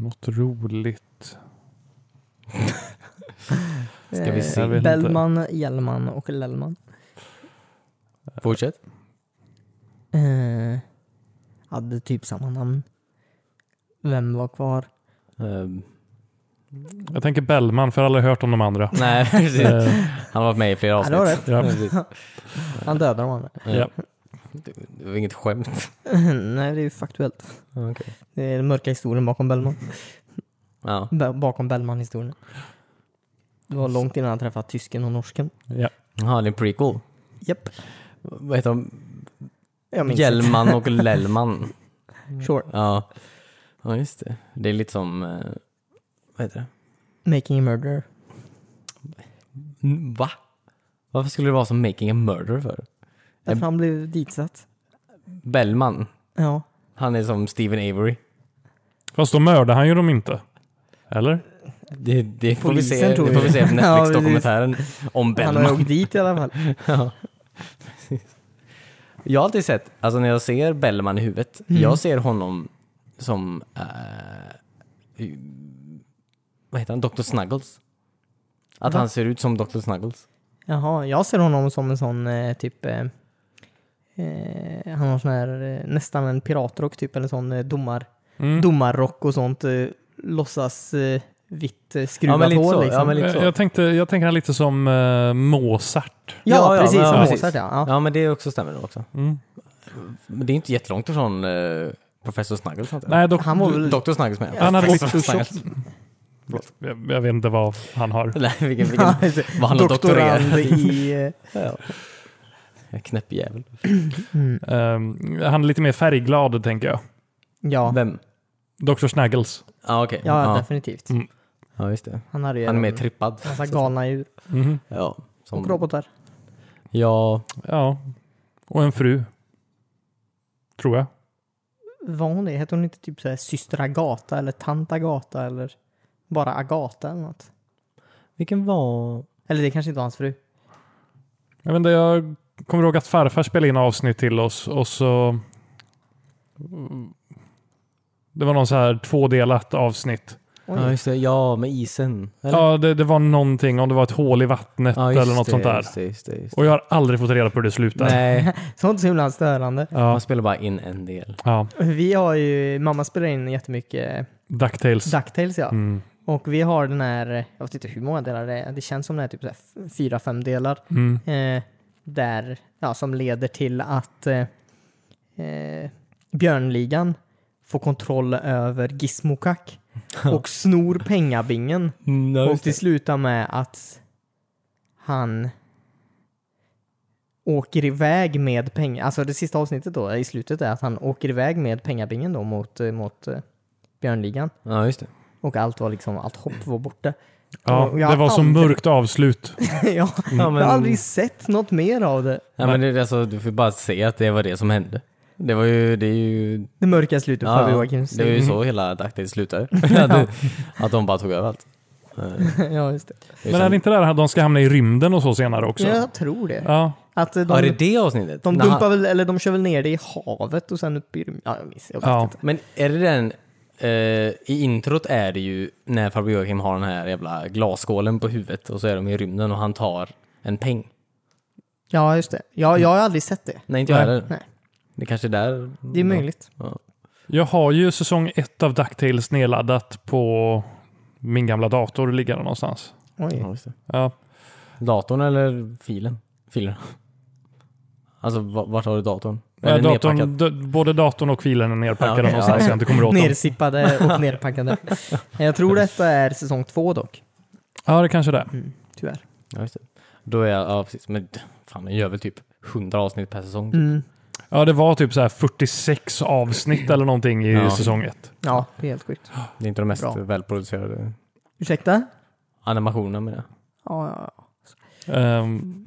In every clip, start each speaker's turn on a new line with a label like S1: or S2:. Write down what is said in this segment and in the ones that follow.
S1: Något roligt.
S2: Ska vi se?
S1: Jag vet inte.
S2: Eh, Bellman, Hjelman och Lellman.
S3: Fortsätt.
S2: Eh, hade typ samma namn. Vem var kvar?
S3: Ehm,
S1: Jag tänker Bellman, för jag har aldrig hört om de andra.
S3: nej, precis.
S1: Eh,
S3: Han har varit med i flera
S2: Ja, det har
S3: avsnitt.
S1: ja.
S3: Precis.
S2: Han dödade de andra.
S1: Ja.
S3: Det det var inget skämt.
S2: Nej, det är ju faktuellt.
S3: Okej.
S2: Det är den mörka historien bakom Bellman.
S3: Ja.
S2: Be- bakom Bellman-historien. Det var långt innan han träffade tysken och norsken.
S1: ja.
S3: Jaha, det är en prequel.
S2: Japp.
S3: Vad heter de?
S2: Jag minns
S3: Hjälman och Lellman.
S2: inte. Sure.
S3: Ja. ja, just det. Det är lite som... eh, Vad heter det?
S2: Making a murderer.
S3: Mm, Va? Varför skulle det vara som Making a Murder för?
S2: Därför han blev ditsatt.
S3: Bellman.
S2: Ja.
S3: Han är som Stephen Avery.
S1: Fast då mördar han ju dem inte. Eller?
S3: Det, det får vi
S2: Polisen
S3: se, det
S2: tror
S3: får vi
S2: jag.
S3: se på
S2: Ja, precis.
S3: Netflix-dokumentären om
S2: Han har ju
S3: Bellman.
S2: åkt dit i alla fall.
S3: Ja, precis. jag har alltid sett, alltså när jag ser Bellman i huvudet,
S2: Mm.
S3: jag ser honom som, eh, i- vad heter han, Dr. Snuggles. Att
S2: Va?
S3: han ser ut som Dr. Snuggles.
S2: Jaha, jag ser honom som en sån eh, typ... Eh, eh, han har sån här eh, nästan en piratrock typ, eller sån eh, domar,
S1: Mm.
S2: domarrock och sånt. Eh, låtsas eh, vitt eh,
S3: Ja,
S2: skruvat
S3: men lite
S2: hår
S3: så. Ja,
S2: liksom.
S3: men lite
S1: Jag,
S3: så.
S1: jag, tänkte, jag tänker han lite som eh, Mozart.
S2: Ja, precis.
S3: men-
S2: som Mozart, ja. ja.
S3: Ja, men det också stämmer nog också.
S1: Mm.
S3: Men det är inte jättelångt ifrån eh, Professor Snuggles. antar jag.
S1: Nej, dock,
S2: Han var väl...
S3: Dr. Snuggles menar jag.
S1: Han hade
S3: Professor
S1: lite
S3: Snuggles.
S1: jag, jag vet inte vad han har.
S3: Nej, vilken, vilken, vad han har
S2: doktorand
S3: doktorerat i.
S2: i... eh,
S3: Ja. Knäppjävel.
S2: mm,
S1: Ehm, han är lite mer färgglad, tänker jag.
S2: Ja,
S3: Vem?
S1: Dr. Snaggles.
S3: Ja, okej.
S2: ja,
S3: Ja.
S2: definitivt.
S1: Mm.
S3: ja, just det.
S2: Han hade ju
S3: Han är mer
S2: en
S3: trippad.
S2: massa galna djur
S1: Mhm.
S3: Ja,
S2: och
S3: som,
S2: robotar.
S3: ja,
S1: Ja. Och en fru. Tror jag.
S2: Var hon det? Hette hon inte typ såhär syster Agata eller tant Agata eller bara Agata eller något?
S3: vilken var...
S2: Eller det kanske inte var hans fru.
S1: Jag, vet inte, jag kommer ihåg att farfar spelade in avsnitt till oss och så... Det var någon så här tvådelat avsnitt.
S2: Oj.
S3: Ja, just det. Ja, med isen. Eller?
S1: Ja, det, det var någonting om det var ett hål i vattnet
S3: Ja, just
S1: eller något
S3: det,
S1: sånt där.
S3: Just det, just det, just det.
S1: Och jag har aldrig fått reda på hur det slutar.
S3: Nej,
S2: Sånt är så himla störande.
S1: Ja,
S3: man spelar bara in en del.
S1: ja.
S2: Vi har ju, mamma spelar in jättemycket
S1: Ducktails.
S2: Ducktails ja.
S1: Mm.
S2: Och vi har den här, jag vet inte hur många delar det är, det känns som det är typ så här f- fyra, fem delar.
S1: Mm.
S2: Eh, där, ja, som leder till att eh, eh, Björnligan får kontroll över Gizmokak och snor pengabingen.
S1: Mm,
S2: Och det slutar med att han åker iväg med pengar. Alltså det sista avsnittet då i slutet är att han åker iväg med pengabingen då mot, eh, mot eh, Björnligan.
S3: Ja, just det.
S2: Och allt var liksom, allt hopp var borta.
S1: Ja,
S2: Och jag har
S1: det var så
S2: aldrig-
S1: mörkt avslut.
S2: ja,
S1: Mm.
S3: Ja, men,
S2: Jag har aldrig sett något mer av det.
S3: ja, men det, är alltså, du får bara se att det var det som hände. Det var ju, det är ju...
S2: Det mörka slutet för
S3: Ja,
S2: Joakim
S3: det var ju
S1: Mm.
S3: så hela Ducktail slutade. att, det- att de bara tog över allt. Eh,
S2: Ja, just det.
S1: Men är det inte där att de ska hamna i rymden och så senare också?
S2: Jag tror det.
S1: Ja.
S2: Att eh,
S3: Ja, det är
S2: de,
S3: det avsnittet?
S2: de
S3: När han-
S2: dumpar väl, eller de kör väl ner det i havet och sen upp i rymden. Ja, jag minns. Jag vet
S1: Ja.
S2: inte.
S3: Men är det den... eh, I introt är det ju när farbror Joakim har den här jävla glasskålen på huvudet och så är de i rymden och han tar en peng.
S2: Ja, just det. Ja, jag har aldrig sett det.
S3: Nej, inte jag
S1: Nej.
S3: heller.
S2: Nej.
S3: Det kanske är där...
S2: Det är möjligt.
S3: Ja.
S1: Jag har ju säsong ett av Ducktails nedladdat på min gamla dator liggande någonstans.
S2: Oj.
S3: Ja, just det.
S1: Ja.
S3: Datorn eller filen? Filen. Alltså, va- vart har du datorn? Är
S1: Ja,
S3: den
S1: Eh, datorn,
S3: nedpackad?
S1: d- både datorn och filen är nerpackade
S3: Ja, okej.
S1: någonstans
S3: Ja,
S1: så jag inte kommer åt dem.
S2: Nersippade och nerpackade. Jag tror detta är säsong två dock. Mm,
S1: Ja, det kanske det är.
S2: Tyvärr.
S3: Ja, just det. Då är jag... Ja, precis. Men fan, den gör väl typ 100 avsnitt per säsong. typ.
S2: Mm.
S1: Ja, det var typ så här 46 avsnitt eller någonting i
S3: Ja.
S1: säsong ett.
S2: Ja, det är helt sjukt.
S3: Det är inte de mest
S2: Bra.
S3: välproducerade
S2: Ursäkta?
S3: animationerna menar jag.
S2: Ja, ja, ja.
S1: Ehm,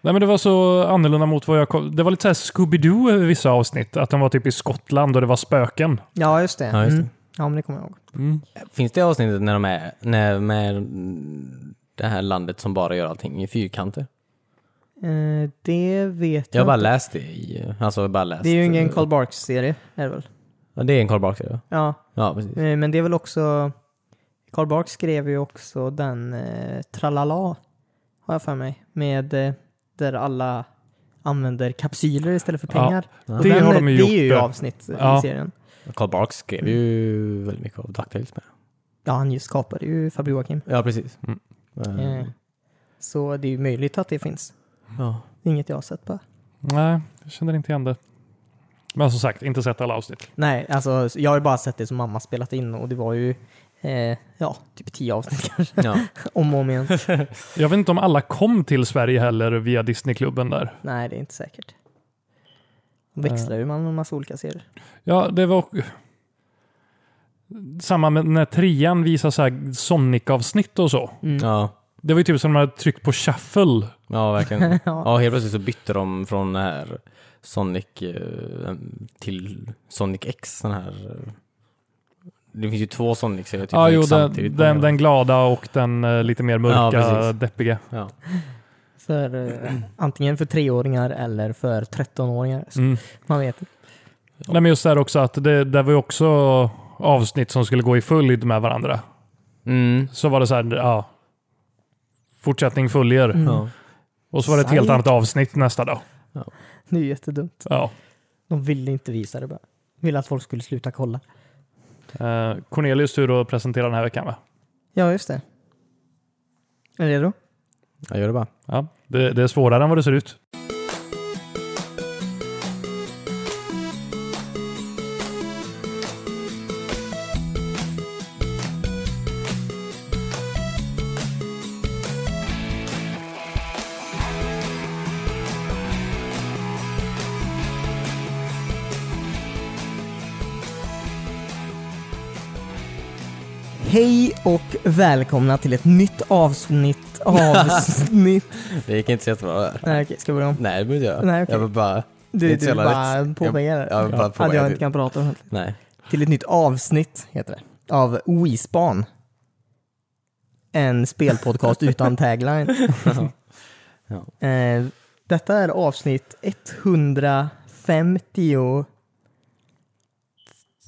S1: nej, men det var så annorlunda mot vad jag kom. Det var lite så här Scooby-Doo över vissa avsnitt. Att de var typ i Skottland och det var spöken.
S2: ja, just det.
S3: Ja, just det.
S2: Mm. ja, men det kommer jag ihåg.
S1: Mm.
S3: Finns det avsnittet när de är, när, med mm, det här landet som bara gör allting i fyrkanter?
S2: Eh, det vet
S3: Jag har
S2: jag,
S3: bara
S2: inte.
S3: läst det i, alltså jag har bara läst.
S2: Det är ju ingen
S3: eh,
S2: Carl Barks-serie, är det väl?
S3: Ja, det är en Karl Barks ja.
S2: Ja,
S3: ja, precis.
S2: eh, men det är väl också... Karl Barks skrev ju också den eh, Tralala, har jag för mig, med eh, där alla använder kapsyler istället för
S1: Ja,
S2: pengar.
S3: det
S2: Och
S1: har de ju
S2: det
S1: gjort,
S2: är ju
S1: eh,
S2: avsnitt
S1: ja.
S2: i serien.
S3: Karl Barks skrev ju väldigt mycket av DuckTales med.
S2: Ja, han ju skapade ju Fabio Joakim.
S3: Ja, precis.
S1: Mm.
S3: Eh,
S2: Eh, Så det är ju möjligt att det finns.
S3: Ja.
S2: Inget jag har sett på.
S1: Nej, jag känner inte igen det. Men som sagt, inte sett alla avsnitt.
S2: Nej, alltså jag har ju bara sett det som mamma spelat in och det var ju eh, ja, typ tio avsnitt kanske.
S3: ja.
S2: Om och om igen.
S1: Jag vet inte om alla kom till Sverige heller via Disneyklubben där.
S2: Nej, det är inte säkert. De växlar ju man en massa olika serier.
S1: Ja, det var... Samma med när trean visar så här Sonic-avsnitt och så.
S3: ja.
S1: Det var ju typ som när man hade tryckt på shuffle.
S3: Ja, verkligen.
S2: Ja.
S3: ja, helt plötsligt så bytte de från den här Sonic eh, till Sonic X. Den här. eh, Det finns ju två Sonic-serier typ,
S1: Ja,
S3: som
S1: jo,
S3: gick samtidigt
S1: den,
S3: på
S1: den,
S3: den.
S1: den glada och den eh, lite mer mörka,
S3: Ja, precis.
S1: deppiga.
S3: Ja.
S2: För, eh, antingen för treåringar eller för trettonåringar. Så
S1: Mm.
S2: Man vet inte.
S1: Nej, men just där också att det, det var ju också avsnitt som skulle gå i följd med varandra.
S3: Mm.
S1: Så var det så här, ja. Fortsättning följer.
S2: Mm.
S3: Ja.
S1: Och så var det ett helt
S2: Sajt.
S1: annat avsnitt nästa dag.
S2: Det är ju jättedumt.
S1: Ja.
S2: De ville inte visa det bara. Ville att folk skulle sluta kolla.
S1: Eh, Cornelius tur att presentera den här veckan va?
S2: Ja, just det. Är du redo?
S3: Jag gör det bara.
S1: Ja. Det, det är svårare än vad det ser ut.
S2: Hej och välkomna till ett nytt avsnitt. Avsnitt.
S3: Det gick inte så jättebra där.
S2: Nej, okej, ska vi börja om?
S3: Nej, det behöver inte jag.
S2: Nej, okej.
S3: Jag var bara...
S2: Du,
S3: Inte så
S2: du
S3: jävla
S2: bara
S3: lätt.
S2: påpekar det.
S3: Jag var bara på
S2: Att jag
S3: väg
S2: inte
S3: till-
S2: kan prata om det.
S3: Nej.
S2: Till ett nytt avsnitt, heter det. Av Wispan. En spelpodcast utan tagline.
S3: Ja.
S2: Eh, Detta är avsnitt 150...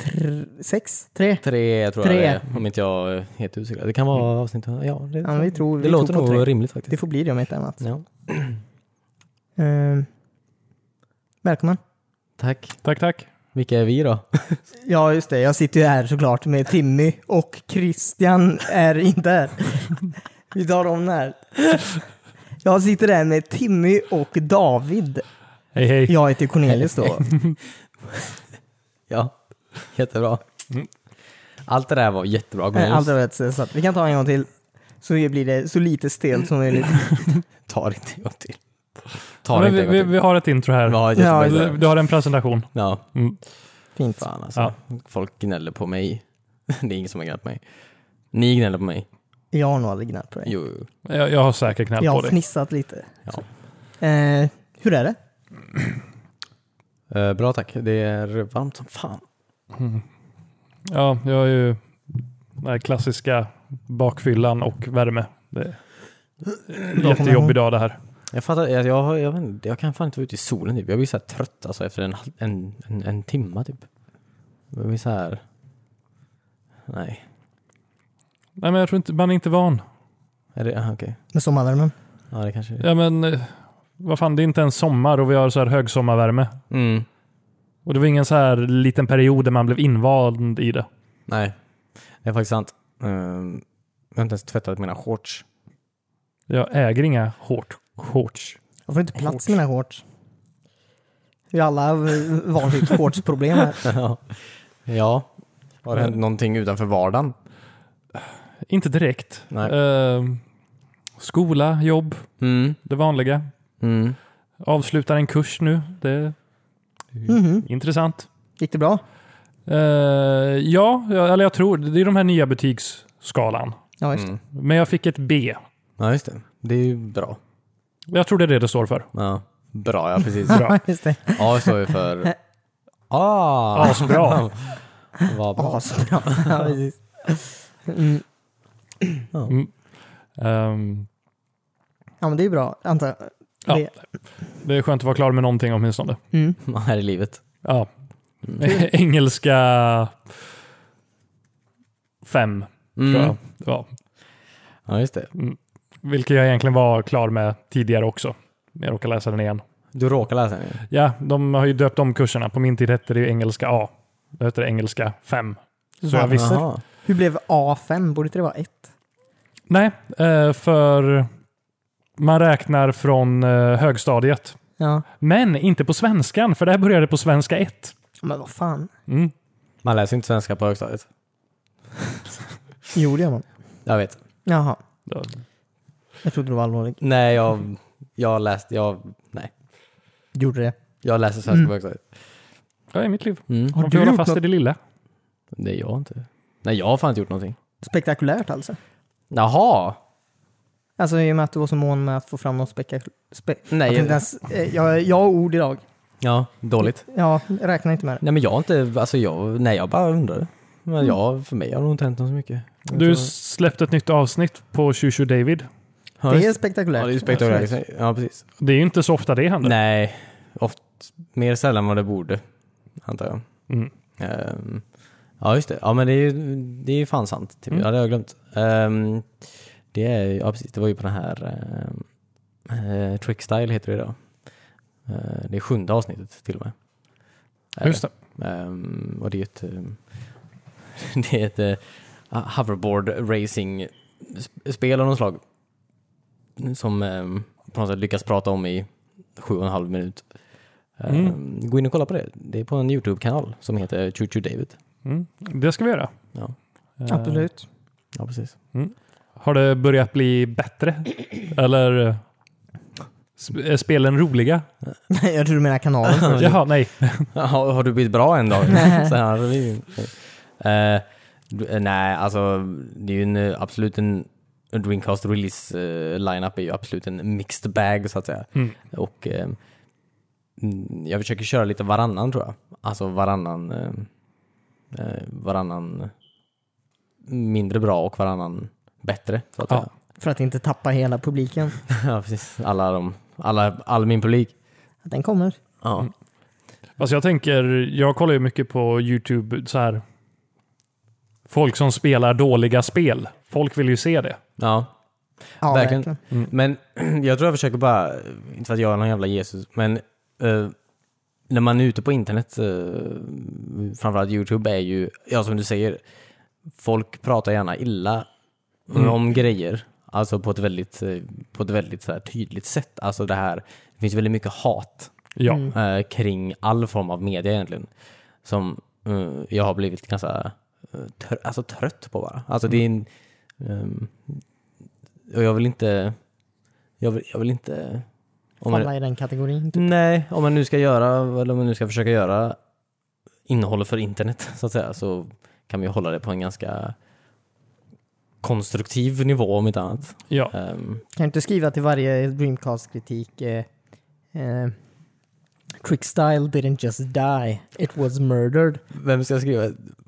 S2: Tr- sex? Tre?
S3: Tre tror
S2: Tre. Mm.
S3: jag det är, om inte jag är helt osäker. Det kan vara avsnitt... Ja, det,
S2: Ja, men vi tror,
S3: det
S2: vi
S3: låter
S2: tror på
S3: nog
S2: tre.
S3: rimligt
S2: Det
S3: faktiskt.
S2: får bli det om inte annat.
S3: Ja.
S2: Eh, välkommen.
S3: Tack.
S1: Tack, tack.
S3: Vilka är vi då?
S2: Ja, just det. Jag sitter ju här såklart med Timmy och Christian är inte här. Vi tar om det här. Jag sitter här med Timmy och David.
S1: Hej, hej.
S2: Jag heter Cornelius då.
S3: Ja, jättebra.
S1: Mm.
S3: Allt det där var jättebra.
S2: Eh, Allt
S3: Cornelius.
S2: är rätt, så att vi kan ta en gång till. Så blir det så lite stelt som möjligt.
S3: Ta det inte en gång till.
S1: Ja,
S3: Ta det
S1: men
S3: inte
S1: vi,
S3: en gång
S1: vi,
S3: till.
S1: vi har ett intro här.
S3: Ja,
S2: Ja,
S3: jättebra.
S2: just
S1: Du,
S3: idé.
S1: du har en presentation.
S3: Ja,
S1: Mm.
S2: Fint.
S3: fan alltså.
S1: Ja.
S3: Folk gnäller på mig. Det är ingen som har gnällt på mig. Ni gnäller på mig.
S2: Jag har nog aldrig gnällt på dig.
S3: Jo, jo.
S1: Jag, jag har säkert knäppt
S2: Jag
S1: på
S2: har
S1: dig.
S2: fnissat lite.
S3: Ja.
S2: Eh, hur är det?
S3: Eh, bra tack. Det är varmt som fan.
S1: Ja, jag har ju den här klassiska bakfyllan och värme. Det är jättejobbig dag det här.
S3: Jag fattar, jag, jag, har- jag, vet inte, jag kan fan inte vara ute i solen typ. Jag blir så här trött alltså efter en, hal- en, en, en timma typ. Jag blir så här... Nej.
S1: Nej, men jag tror inte, man är inte van.
S3: Är det, aha, okej.
S2: Med sommarvärmen?
S3: Ja, det kanske är.
S1: Ja, men eh, vad fan, det är inte ens sommar och vi har så här högsommarvärme.
S3: Mm.
S1: Och det var ingen så här liten period där man blev invald i det.
S3: Nej, det är faktiskt sant. Ehm, jag har inte ens tvättat mina shorts.
S1: Jag äger inga hårt, shorts.
S2: Jag får inte plats i mina shorts. Vi har alla eh, varsitt shortsproblem här.
S3: ja. Har det hänt någonting utanför vardagen?
S1: Inte direkt.
S3: Nej.
S1: Eh, skola, jobb,
S3: Mm.
S1: det vanliga.
S3: Mm.
S1: Avslutar en kurs nu. Det är Mm.
S3: Mm.
S2: Mhm.
S1: intressant.
S2: Gick det bra?
S1: Eh, ja, jag- eller jag tror det är de här nya betygsskalan.
S2: Ja,
S3: Mm.
S2: just det.
S1: Men jag fick ett B.
S3: Ja, just det. Det är ju bra.
S1: Jag tror det är det det står för.
S3: Ja. Bra, ja precis.
S1: Bra.
S2: Just det.
S3: A står ju för... Ah!
S1: Asbra.
S3: Vad bra.
S2: Asbra. Ja, precis. Mm.
S1: Ehm,
S2: ja, men det är bra, antar jag.
S1: Ja.
S2: Det-
S1: det är skönt att vara klar med någonting åtminstone.
S2: Mm.
S3: Här i livet.
S1: Ja. Engelska fem
S3: Mm.
S1: tror jag. Ja.
S3: Ja, just det.
S1: Vilket jag egentligen var klar med tidigare också. Men Jag råkar läsa den igen.
S3: Du råkar läsa den. ju.
S1: Ja, de har ju döpt om kurserna. På min tid hette det ju engelska A. Det heter det engelska 5. Så jag visste.
S3: Jaha.
S2: Hur blev A5? Borde inte det vara 1?
S1: Nej, eh, för man räknar från eh, högstadiet.
S2: Ja.
S1: Men inte på svenskan, för det här började på svenska 1.
S2: Men vad fan?
S1: Mm.
S3: Man läser inte svenska på högstadiet.
S2: Jo, det gör man.
S3: Jag vet.
S2: Jaha.
S1: Då-
S2: Jag trodde du var allvarlig.
S3: Nej, jag, jag läste... Jag, nej.
S2: Gjorde det.
S3: Jag läser svenska
S2: Mm.
S3: på högstadiet.
S1: Ja, i mitt liv.
S3: Mm.
S2: Har
S1: Man
S2: du
S1: får hålla
S2: gjort
S1: fast i
S2: något?
S1: det lilla.
S3: Det är jag inte. Nej, jag har fan inte gjort någonting.
S2: Spektakulärt alltså.
S3: Jaha!
S2: Alltså i och med att du var så mån med att få fram något spektakulärt. Spe-
S3: Nej,
S2: att
S3: jag-
S2: inte ens, eh, jag, jag har ord idag.
S3: Ja, dåligt.
S2: Ja, räkna inte med det.
S3: Nej, men jag har inte... Alltså, jag... Nej, jag bara undrade.
S2: Mm.
S3: Men jag, för mig har det nog inte hänt något så mycket. Alltså, Jag
S1: Du
S3: tror-
S1: släppte ett nytt avsnitt på Shushu David.
S3: Ja,
S2: Det är
S3: just-
S2: spektakulärt.
S3: Ja, det är spektakulärt. Ja, precis.
S1: Det är ju inte så ofta det händer.
S3: Nej, oft, mer sällan än vad det borde, antar jag.
S1: Mm.
S3: Ehm, ja, just det. Ja, men det är ju, det är ju fan sant. Typ.
S1: Mm.
S3: Ja, det har jag glömt. Ehm, det, är, ju- ja, precis, det var ju på den här um, Trickstyle heter det idag. Eh, det är sjunde avsnittet till och med. Är
S1: Just det.
S3: Ehm, och det är ett, ehm, det är ett eh, hoverboard racing sp- spel av något slag. Som ehm, på något sätt lyckas prata om i sju och en halv minut. Ehm, Gå in och kolla på det. Det är på en YouTube-kanal som heter Choo Choo David.
S1: Mm. Det ska vi göra.
S3: Ja.
S1: Eh,
S2: Absolut.
S3: Ja, precis.
S1: Har det börjat bli bättre? Eller eh, sp- är spelen roliga?
S2: Nej, jag tror du menar kanalen.
S1: Jaha, nej.
S3: Har, har du blivit bra en dag? Så här, det är ju- Eh, du- eh, nej, alltså det är ju en, eh, absolut en en Dreamcast release eh, lineup är ju absolut en mixed bag så att säga.
S1: Mm.
S3: Och eh, mm, jag försöker köra lite varannan tror jag. Alltså varannan eh, eh, varannan mindre bra och varannan bättre. Så att
S1: Ja.
S3: säga.
S2: För att inte tappa hela publiken.
S3: ja, precis. Alla de, alla, all min publik.
S2: Att den kommer.
S3: Ja.
S1: Alltså jag tänker, jag kollar ju mycket på YouTube så här. Folk som spelar dåliga spel. Folk vill ju se det.
S3: ja.
S2: Ja,
S3: Verkligen.
S2: verkligen.
S3: Mm, Men jag tror jag försöker bara, eh, inte för att jag är någon jävla Jesus, men eh, när man är ute på internet, uh, framförallt YouTube, är ju, ja som du säger, folk pratar gärna illa om grejer. Alltså på ett väldigt, eh, på ett väldigt så här tydligt sätt. Alltså det här, det finns väldigt mycket hat
S1: Ja.
S2: Mm.
S3: eh, kring all form av media egentligen. Som eh, jag har blivit ganska eh, tr- alltså, trött på bara. Alltså det är en, ehm, och jag vill inte, jag vill, jag vill inte om man,
S2: Falla i den kategorin. Typ.
S3: Nej, om man nu ska göra, eller om man nu ska försöka göra innehåll för internet så att säga, så kan man ju hålla det på en ganska konstruktiv nivå om inte annat.
S1: ja.
S3: Ehm,
S2: Kan du inte skriva till varje Dreamcast-kritik eh, eh, Trickstyle didn't just die, it was murdered.
S3: vem ska skriva?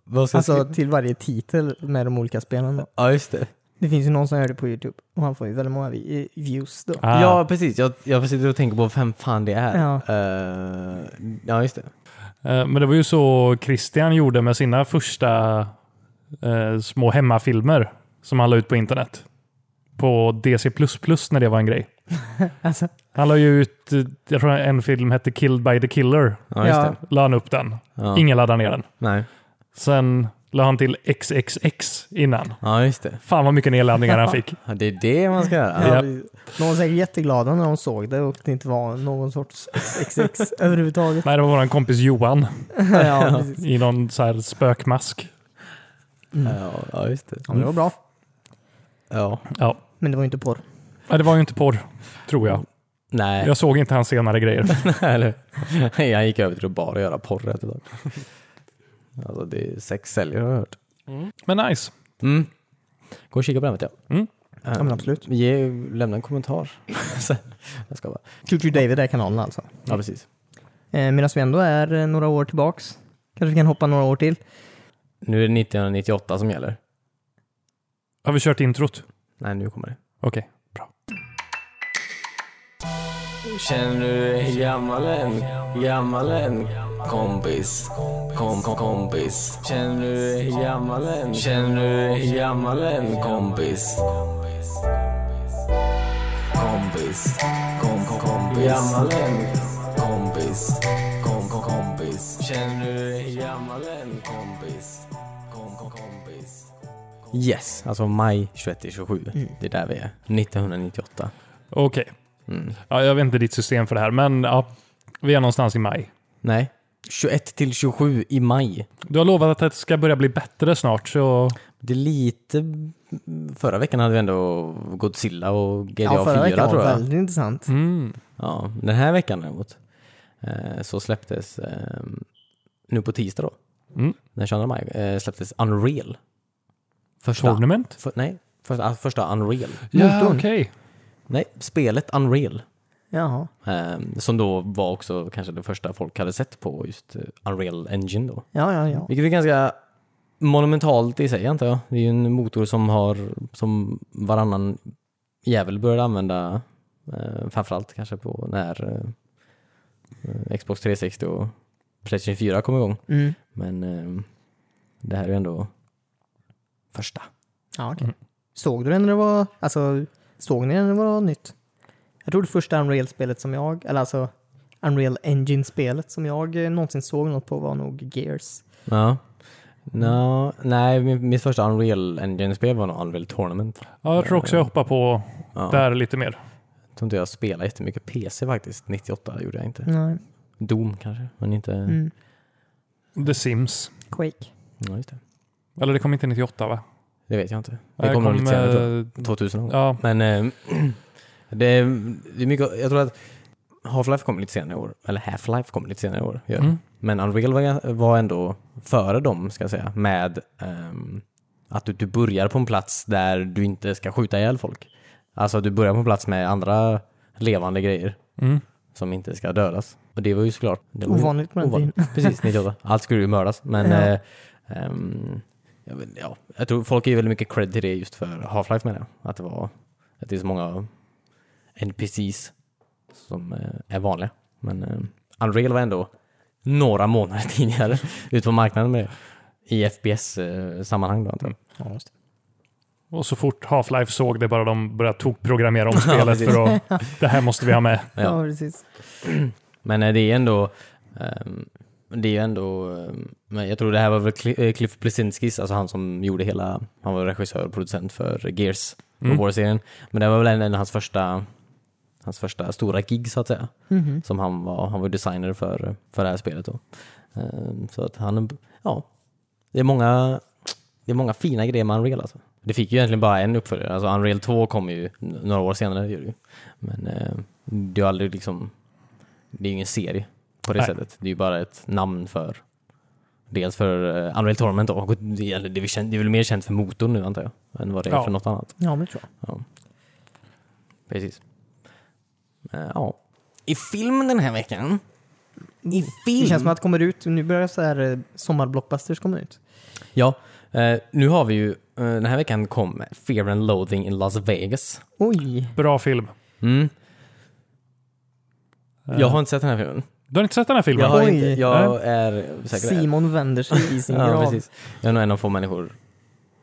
S3: Vad ska
S2: Alltså
S3: skriva?
S2: till varje titel med de olika spelen. då.
S3: Ja, just det.
S2: Det finns ju någon som gör det på YouTube och han får ju väldigt många vi- eh, views då.
S1: Ah.
S3: Ja, precis. Jag, jag sitter och tänker på vem fan det är.
S2: Ja.
S3: Eh, ja just det.
S1: Eh, Men det var ju så Christian gjorde med sina första eh, små hemmafilmer som han la ut på internet. På DC++ när det var en grej.
S2: Alltså,
S1: Han la ju ut, eh, jag tror en film hette Killed by the Killer.
S3: Ja, just
S2: Ja.
S3: det.
S1: La han upp den.
S3: Ja.
S1: Ingen laddade ner den.
S3: Nej.
S1: Sen la han till XXX innan.
S3: Ja, just det.
S1: Fan vad mycket nedladdningar han fick.
S3: Ja, det är det man ska göra.
S1: Ja.
S2: de var säkert jätteglada när de såg det och det inte var någon sorts XXX överhuvudtaget.
S1: Nej, det var vår kompis Johan
S2: ja, precis. Mm.
S1: i någon så här spökmask.
S3: Ja, ja, just det. Mm.
S2: ja, men det var bra.
S3: Ja.
S1: Ja.
S2: Men det var ju inte porr.
S1: Nej, det var ju inte porr, tror jag.
S3: Nej,
S1: Jag såg inte hans senare grejer.
S3: eller Jag gick över till att bara göra porr ett tag. Alltså, det är sex säljer har jag hört.
S1: Men nice.
S3: Mm. Gå och kika på den vet jag.
S1: Mm.
S3: Eh,
S2: Ja, men absolut.
S3: Ge, lämna en kommentar. Så- jag ska bara.
S2: Future David är kanalen alltså.
S3: Ja, precis.
S2: Eh, Medan vi ändå är eh, några år tillbaks. Kanske vi kan hoppa några år till.
S3: Nu är det 1998 som gäller.
S1: Har vi kört introt?
S3: Nej, nu kommer det.
S4: Ooh,
S1: Okej.
S4: Känner du dig gammal än? Gammal än? Kompis, kom, kom, kompis. Känner du dig gammal än? Känner du dig gammal än? Kompis. Kompis, kom, kom, kompis. Gammal än? Kompis, kom, kom, kompis. Känner du dig gammal än? Kompis, kom, kom, kompis. Mm.
S3: Yes, alltså maj 21-27. Det är där vi är. 1998.
S1: Okej.
S3: Mm.
S1: Ja, jag vet inte ditt system för det här, men ja, vi är någonstans i maj.
S3: Nej, 21 till 27 i maj.
S1: Du har lovat att det ska börja bli bättre snart, så
S3: Det är lite... Förra veckan hade vi ändå Godzilla och GDA 4
S2: Ja, förra veckan
S3: tror
S2: var
S3: jag.
S2: väldigt intressant.
S1: mm,
S3: Ja, den här veckan däremot eh, så släpptes eh, nu på tisdag då,
S1: Mm.
S3: den 22 maj, eh, släpptes Unreal. Första,
S1: tournament. Mm,
S3: för, nej, första, ah, första Unreal.
S2: Motorn.
S1: okej.
S3: Nej, spelet Unreal.
S2: Jaha.
S3: Eh, som då var också kanske det första folk hade sett på just eh, Unreal Engine då.
S2: Ja, ja, ja.
S3: Vilket är ganska monumentalt i sig antar jag. Det är ju en motor som har, som varannan jävel började använda, eh, framförallt kanske på när eh, Xbox 360 och Playstation 4 kom igång.
S2: Mm.
S3: Men eh, det här är ju ändå första.
S2: Ja, okej.
S3: Mm.
S2: Såg du den när det var, alltså, såg ni den när det var nytt? Jag tror det första Unreal-spelet som jag, eller alltså Unreal Engine-spelet som jag eh, någonsin såg något på var nog Gears.
S3: Ja. Nå, nej, min- mitt första Unreal Engine-spel var nog Unreal Tournament.
S1: Ja, jag tror också jag hoppar på
S3: Ja.
S1: där lite mer.
S3: Jag tror inte jag spelade jättemycket PC faktiskt. 98 gjorde jag inte.
S2: Nej.
S3: Doom kanske, men inte...
S2: Mm.
S1: The Sims.
S2: Quake.
S3: Ja, just det.
S1: Eller det kom inte 98 va?
S3: Det vet jag inte.
S1: Nej,
S3: Det kommer nog lite senare tror jag.
S1: eh,
S3: 2000 någon gång.
S1: Ja,
S3: Men eh, det, är, det är mycket, jag tror att Half-Life kommer lite senare i år. Eller Half-Life kommer lite senare i år. gör det.
S1: Mm.
S3: Men Unreal var, var ändå före dem, ska jag säga, med ehm, att du, du börjar på en plats där du inte ska skjuta ihjäl folk. Alltså du börjar på en plats med andra levande grejer
S1: mm.
S3: som inte ska dödas. Och det var ju såklart... Det var ju-
S2: Ovanligt på den tiden.
S3: Ovanligt. Precis, 98. Allt skulle ju mördas. Men
S2: Ja.
S3: eh, ehm, jag, vet, ja, jag tror folk ger väldigt mycket cred till det just för Half-Life menar jag. Att det, var, att det är så många NPCs som eh, är vanliga. Men eh, Unreal var ändå några månader tidigare ute på marknaden med E det. I FPS-sammanhang eh, då antar jag.
S2: Mm. Ja, just det.
S1: Och så fort Half-Life såg det bara de började tokprogrammera om spelet
S3: precis.
S1: för att det här måste vi ha med.
S3: Ja.
S2: Ja, precis.
S3: Men eh, det är ändå, ehm, det är ju ändå, ehm, men jag tror det här var väl Cl- eh, Cliff Blesinskis, alltså han som gjorde hela, han var regissör och producent för Gears
S1: Mm.
S3: och War-serien. Men det var väl en, en av hans första, hans första stora gig så att säga.
S2: Mhm.
S3: Som han var, han var designer för, för det här spelet då. Ehm, Så att han, ja, det är många, det är många fina grejer med Unreal alltså. Det fick ju egentligen bara en uppföljare, alltså Unreal 2 kom ju n- några år senare. Gör det ju. Men eh, det är aldrig liksom, det är ju ingen serie på det
S1: Nej.
S3: sättet. Det är ju bara ett namn för, dels för eh, Unreal Torment då, och det är, det, är väl känt, det är väl mer känt för motorn nu antar jag, än vad det är
S1: Ja.
S3: för något annat.
S2: Ja, men det tror jag.
S3: Precis. Eh, ja. I film den här veckan, i film.
S2: Det känns som att det kommer ut, nu börjar så här eh, sommarblockbusters komma ut.
S3: Ja, eh, nu har vi ju, eh, den här veckan kom Fear and Loathing in Las Vegas.
S2: Oj!
S1: Bra film.
S3: Mm.
S1: Eh,
S3: Jag har inte sett den här filmen.
S1: Du har inte sett den här filmen?
S3: Jag, har
S2: Oj.
S3: inte, jag är säkert
S2: Simon vänder sig i sin
S3: ja,
S2: grav.
S3: precis. Jag är nog en av få människor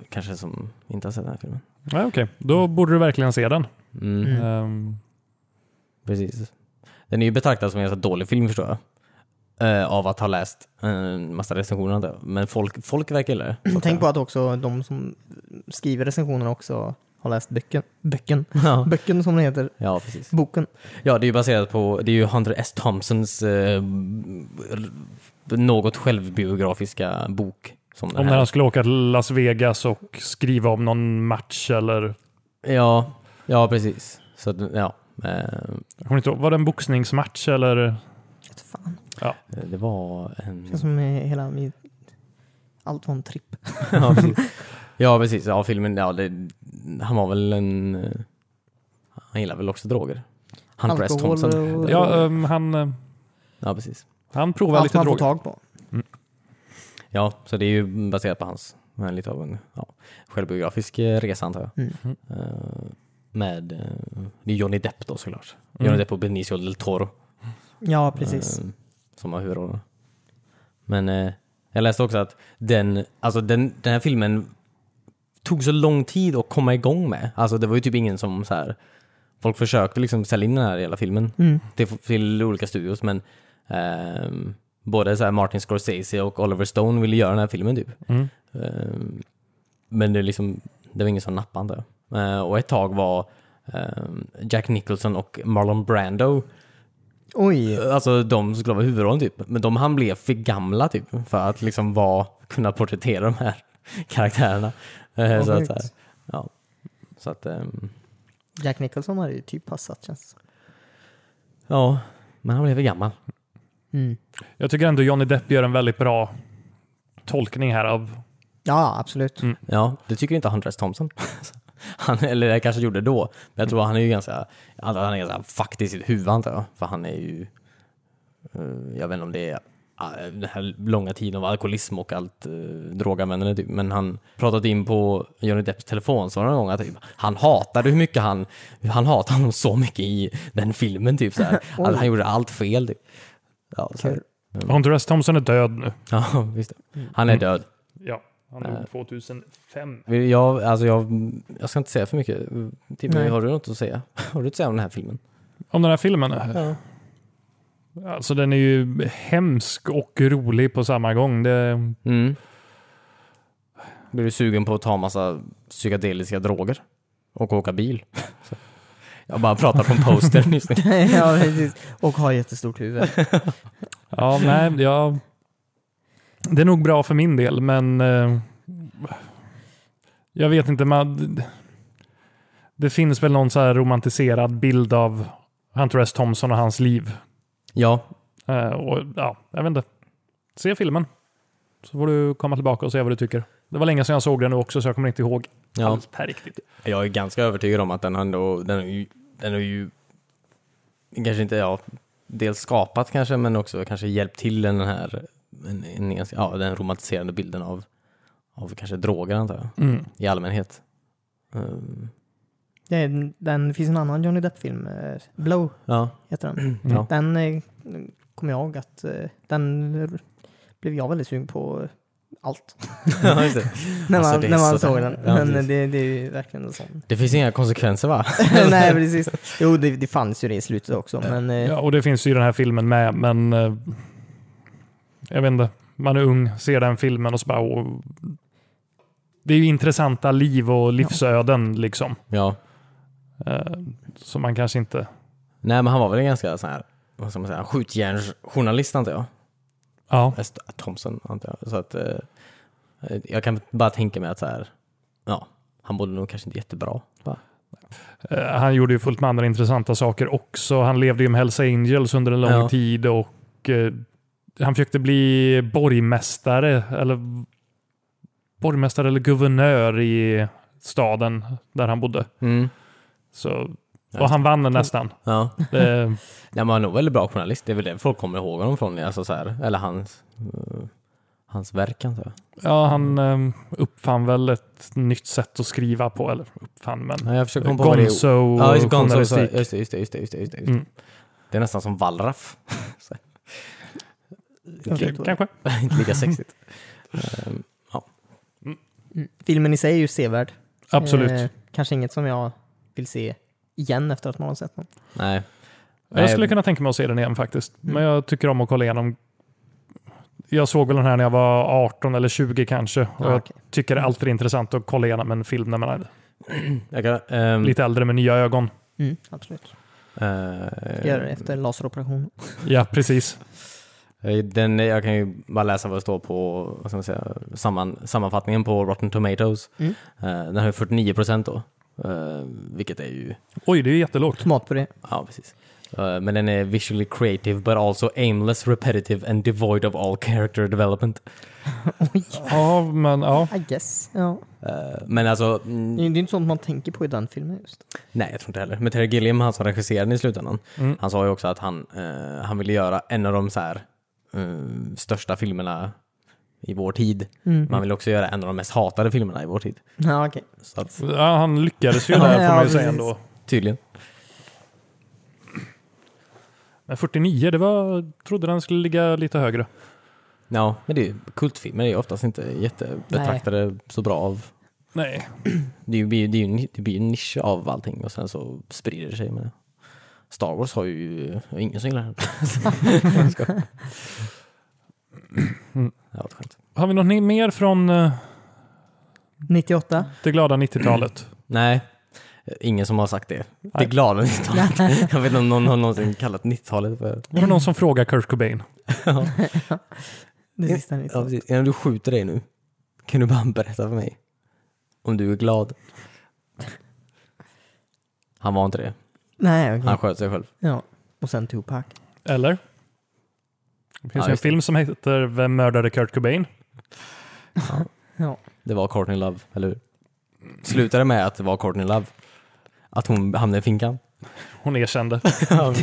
S3: kanske som inte har sett den här filmen.
S1: Nej, okej. Då borde du verkligen se den.
S3: Mm,
S2: Mm.
S1: Ehm,
S3: Precis. Den är ju betraktad som en ganska dålig film förstår jag. Eh, av att ha läst en massa recensioner och sånt där. Men folk, folk verkar gilla det. så att
S2: Tänk på
S3: säga.
S2: att också de som skriver recensionerna också har läst böcken. Böcken.
S3: Ja.
S2: Böcken som den heter.
S3: ja, precis.
S2: Boken.
S3: Ja, det är ju baserat på, det är ju Hunter S. Thompsons eh, r- något självbiografiska bok. Som den
S1: om när
S3: här.
S1: han skulle åka till Las Vegas och skriva om någon match eller...
S3: Ja, ja precis. Så att, ja, eh,
S1: Jag kommer inte ihåg, var det en boxningsmatch eller?
S2: Vet Fan.
S3: det var en...
S2: Det känns som
S3: Mm.
S2: eh, hela min... Allt var en tripp.
S3: ja, precis. ja, precis. Ja, filmen, ja, det, han var väl en... eh, Han gillar väl också droger? Hunter S.
S2: Alkohol
S3: Thompson.
S2: och-
S1: Ja, ehm, han, eh,
S3: Ja, precis.
S1: han provar
S2: Allt
S1: lite
S2: man får
S1: droger.
S2: tag på.
S3: Ja, så det är ju baserat på hans, men lite av en ja, självbiografisk eh, resa antar jag.
S2: Mm.
S3: Eh, med, eh, det är Johnny Depp då såklart. Johnny Depp och Benicio del Toro.
S2: Ja, precis.
S3: eh, Som har huvudrollen. Men eh, jag läste också att den, alltså den, den här filmen tog så lång tid att komma igång med. Alltså det var ju typ ingen som så här. Folk försökte liksom sälja in den här hela filmen
S2: Mm.
S3: till, till olika studios men ehm, både så här Martin Scorsese och Oliver Stone ville göra den här filmen typ.
S1: Mm.
S3: Ehm, men det, liksom, det var ingen som nappade antar jag. Eh, och ett tag var ehm, Jack Nicholson och Marlon Brando,
S2: Oj.
S3: eh, alltså de skulle vara huvudrollen typ, men de han blev för gamla typ för att liksom vara, kunna porträttera de här karaktärerna. Eh, så att, så här,
S2: sjukt.
S3: ja. så att, ehm,
S2: Jack Nicholson hade ju typ passat känns
S3: ja, men han blev för gammal.
S2: mm.
S1: Jag tycker ändå Johnny Depp gör en väldigt bra tolkning här av
S2: Ja, absolut.
S3: Ja, det tycker inte Hunter S. Thompson. Han, eller jag kanske gjorde då, men jag tror han är ju ganska, han är ganska fucked i sitt huvud antar jag. För han är ju, eh, jag vet inte om det är eh, den här långa tiden av alkoholism och allt uh, droganvändande typ. Men han pratat in på Johnny Depps telefon så några gånger typ, han hatade hur mycket han, han hatade honom så mycket i den filmen typ så här. Att han gjorde allt fel typ. Ja, så,
S2: Kul.
S1: Hunter S. Thompson är död nu.
S3: ja visst. Han är död.
S1: Ja, han dog 2005.
S3: Jag, alltså jag, jag ska inte säga för mycket. Timmy,
S2: Nej.
S3: har du något att säga? Har du att säga om den här filmen?
S1: Om den här filmen? Alltså den är ju hemsk och rolig på samma gång. Det,
S3: Mm. Blir du sugen på att ta massa psykedeliska droger? Och åka bil? Så. Jag bara pratar från postern just nu.
S2: ja, precis. Och har jättestort huvud.
S1: ja, nej, jag, det är nog bra för min del, men eh, jag vet inte. Man, det finns väl någon så här romantiserad bild av Hunter S. Thompson och hans liv.
S3: Ja,
S1: Eh, och, ja, jag vet inte. Se filmen. Så får du komma tillbaka och säga vad du tycker. Det var länge sedan jag såg den nu också så jag kommer inte ihåg
S3: ja.
S1: allt här riktigt.
S3: Jag är ganska övertygad om att den har ändå, den har ju, den har ju kanske inte, ja, dels skapat kanske, men också kanske hjälpt till den här, en, en, ganska- ja, den romantiserande bilden av, av kanske droger antar jag.
S1: Mm.
S3: i allmänhet. Ehm,
S2: Det, är, den, det finns en annan Johnny Depp-film, eh, Blow
S3: ja, Mm.
S2: heter den.
S3: ja.
S2: Den eh, kommer jag ihåg att eh, den r- blev jag väldigt sugen på eh, allt.
S3: Ja, just det.
S2: när man,
S3: Alltså, det är
S2: när man
S3: så
S2: såg
S3: där.
S2: den.
S3: Ja,
S2: Men eh,
S3: precis.
S2: det, det är ju verkligen en sån.
S3: det finns inga konsekvenser va?
S2: Nej, precis. Jo, det, det fanns ju det i slutet också, men eh,
S1: Ja, och det finns ju den här filmen med, men eh, jag vet inte. Man är ung, ser den filmen och så bara... Åh, det är ju intressanta liv och livsöden liksom.
S3: Ja.
S1: Eh, som man kanske inte...
S3: Nej men han var väl en ganska sån här, vad ska man säga, skjutjärnsjournalist antar jag.
S1: Ja,
S3: Est- Thompson antar jag. Så att, eh, jag kan bara tänka mig att så här, ja, han mådde nog kanske inte jättebra. Va?
S1: eh, han gjorde ju fullt med andra intressanta saker också. Han levde ju med Hells Angels under en lång
S3: Ja.
S1: tid och eh, han försökte bli borgmästare eller borgmästare eller guvernör i staden där han bodde.
S3: Mm.
S1: Så, och han vann nästan.
S3: Ja.
S1: Det,
S3: Nej, men han var nog väldigt bra journalist, det är väl det folk kommer ihåg honom från, alltså så här, eller hans, eh, hans verk antar jag.
S1: Ja, han eh, uppfann väl ett nytt sätt att skriva på, eller uppfann, men
S3: Ja, jag försöker komma på vad det är. Ja, just Gonzo, så-
S1: Gonzo-journalistik.
S3: just det, just det, just det, just det, just det.
S1: Mm.
S3: Det är nästan som Wallraff. Så
S2: jag vet inte vad det är.
S1: Kanske.
S3: här, Inte lika sexigt. Ehm,
S2: Mm. filmen i sig är ju sevärd.
S1: Absolut.
S2: Eh, kanske inget som jag vill se igen efter att man har sett den.
S3: nej.
S1: jag skulle kunna tänka mig att se den igen faktiskt, men jag tycker om att kolla igenom. Jag såg väl den här när jag var 18 eller 20 kanske, och
S2: Ja,
S1: jag
S2: Ah, okej.
S1: tycker det alltid är intressant att kolla igenom en film när man är
S3: Jag kan, ehm,
S1: lite äldre med nya ögon.
S2: Mm, absolut.
S3: eh,
S2: Jag gör det efter en laseroperation.
S1: Ja, precis.
S3: eh, den, jag kan ju bara läsa vad det står på vad ska man säga, samman, sammanfattningen på Rotten Tomatoes.
S2: Mm.
S3: Eh, den har ju 49 procent då, eh, vilket är ju
S1: Oj, det är jättelågt.
S2: Tomatpuré.
S3: Ja, precis. Eh, Men den är visually creative but also aimless, repetitive and devoid of all character development.
S1: Ja, men ja.
S2: I guess. Ja.
S3: Eh, Men alltså, mm,
S2: Det är ju inte sånt man tänker på i den filmen just.
S3: nej jag tror inte heller. Men Terry Gilliam, han som regisserade den i slutändan,
S1: Mm.
S3: han sa ju också att han, eh, han ville göra en av de så här eh, största filmerna i vår tid.
S2: Mm.
S3: Man vill också göra en av de mest hatade filmerna i vår tid.
S2: Ja, okej.
S3: Så att,
S1: Ja, han lyckades ju där får
S2: Ja,
S1: man ju säga
S2: precis.
S1: ändå.
S3: tydligen.
S1: Men 49, det var... Trodde den skulle ligga lite högre.
S3: Ja, men det är ju, kultfilmer är ju oftast inte jättebetraktade så bra av
S1: Nej.
S3: Det, är ju- det, är ju- det, är ju en- det blir ju en nisch av allting och sen så sprider det sig. Men Star Wars har ju har ingen som gillar den. Jag skojar. Ja, det är skönt.
S1: Har vi något ni- mer från eh,
S2: 98?
S1: det glada 90-talet?
S3: Nej, ingen som har sagt det. Det
S1: Nej.
S3: glada 90-talet. Jag vet inte om någon har någonsin kallat 90-talet för...
S1: Var det någon som frågade Kurt Cobain?
S2: Det sista ni
S3: Ja,
S2: tog.
S3: precis. Innan du skjuter dig nu, kan du bara berätta för mig om du är glad? Han var inte det.
S2: Nej, okej.
S3: Han sköt sig själv.
S2: Ja. Och sen Tupac.
S1: Eller? Det finns
S3: Ja,
S1: ju en
S3: just det.
S1: film som heter Vem mördade Kurt Cobain?
S3: Det var Courtney Love, eller hur? Slutade med att det var Courtney Love. Att hon hamnade i finkan.
S1: Hon erkände.
S2: Ja.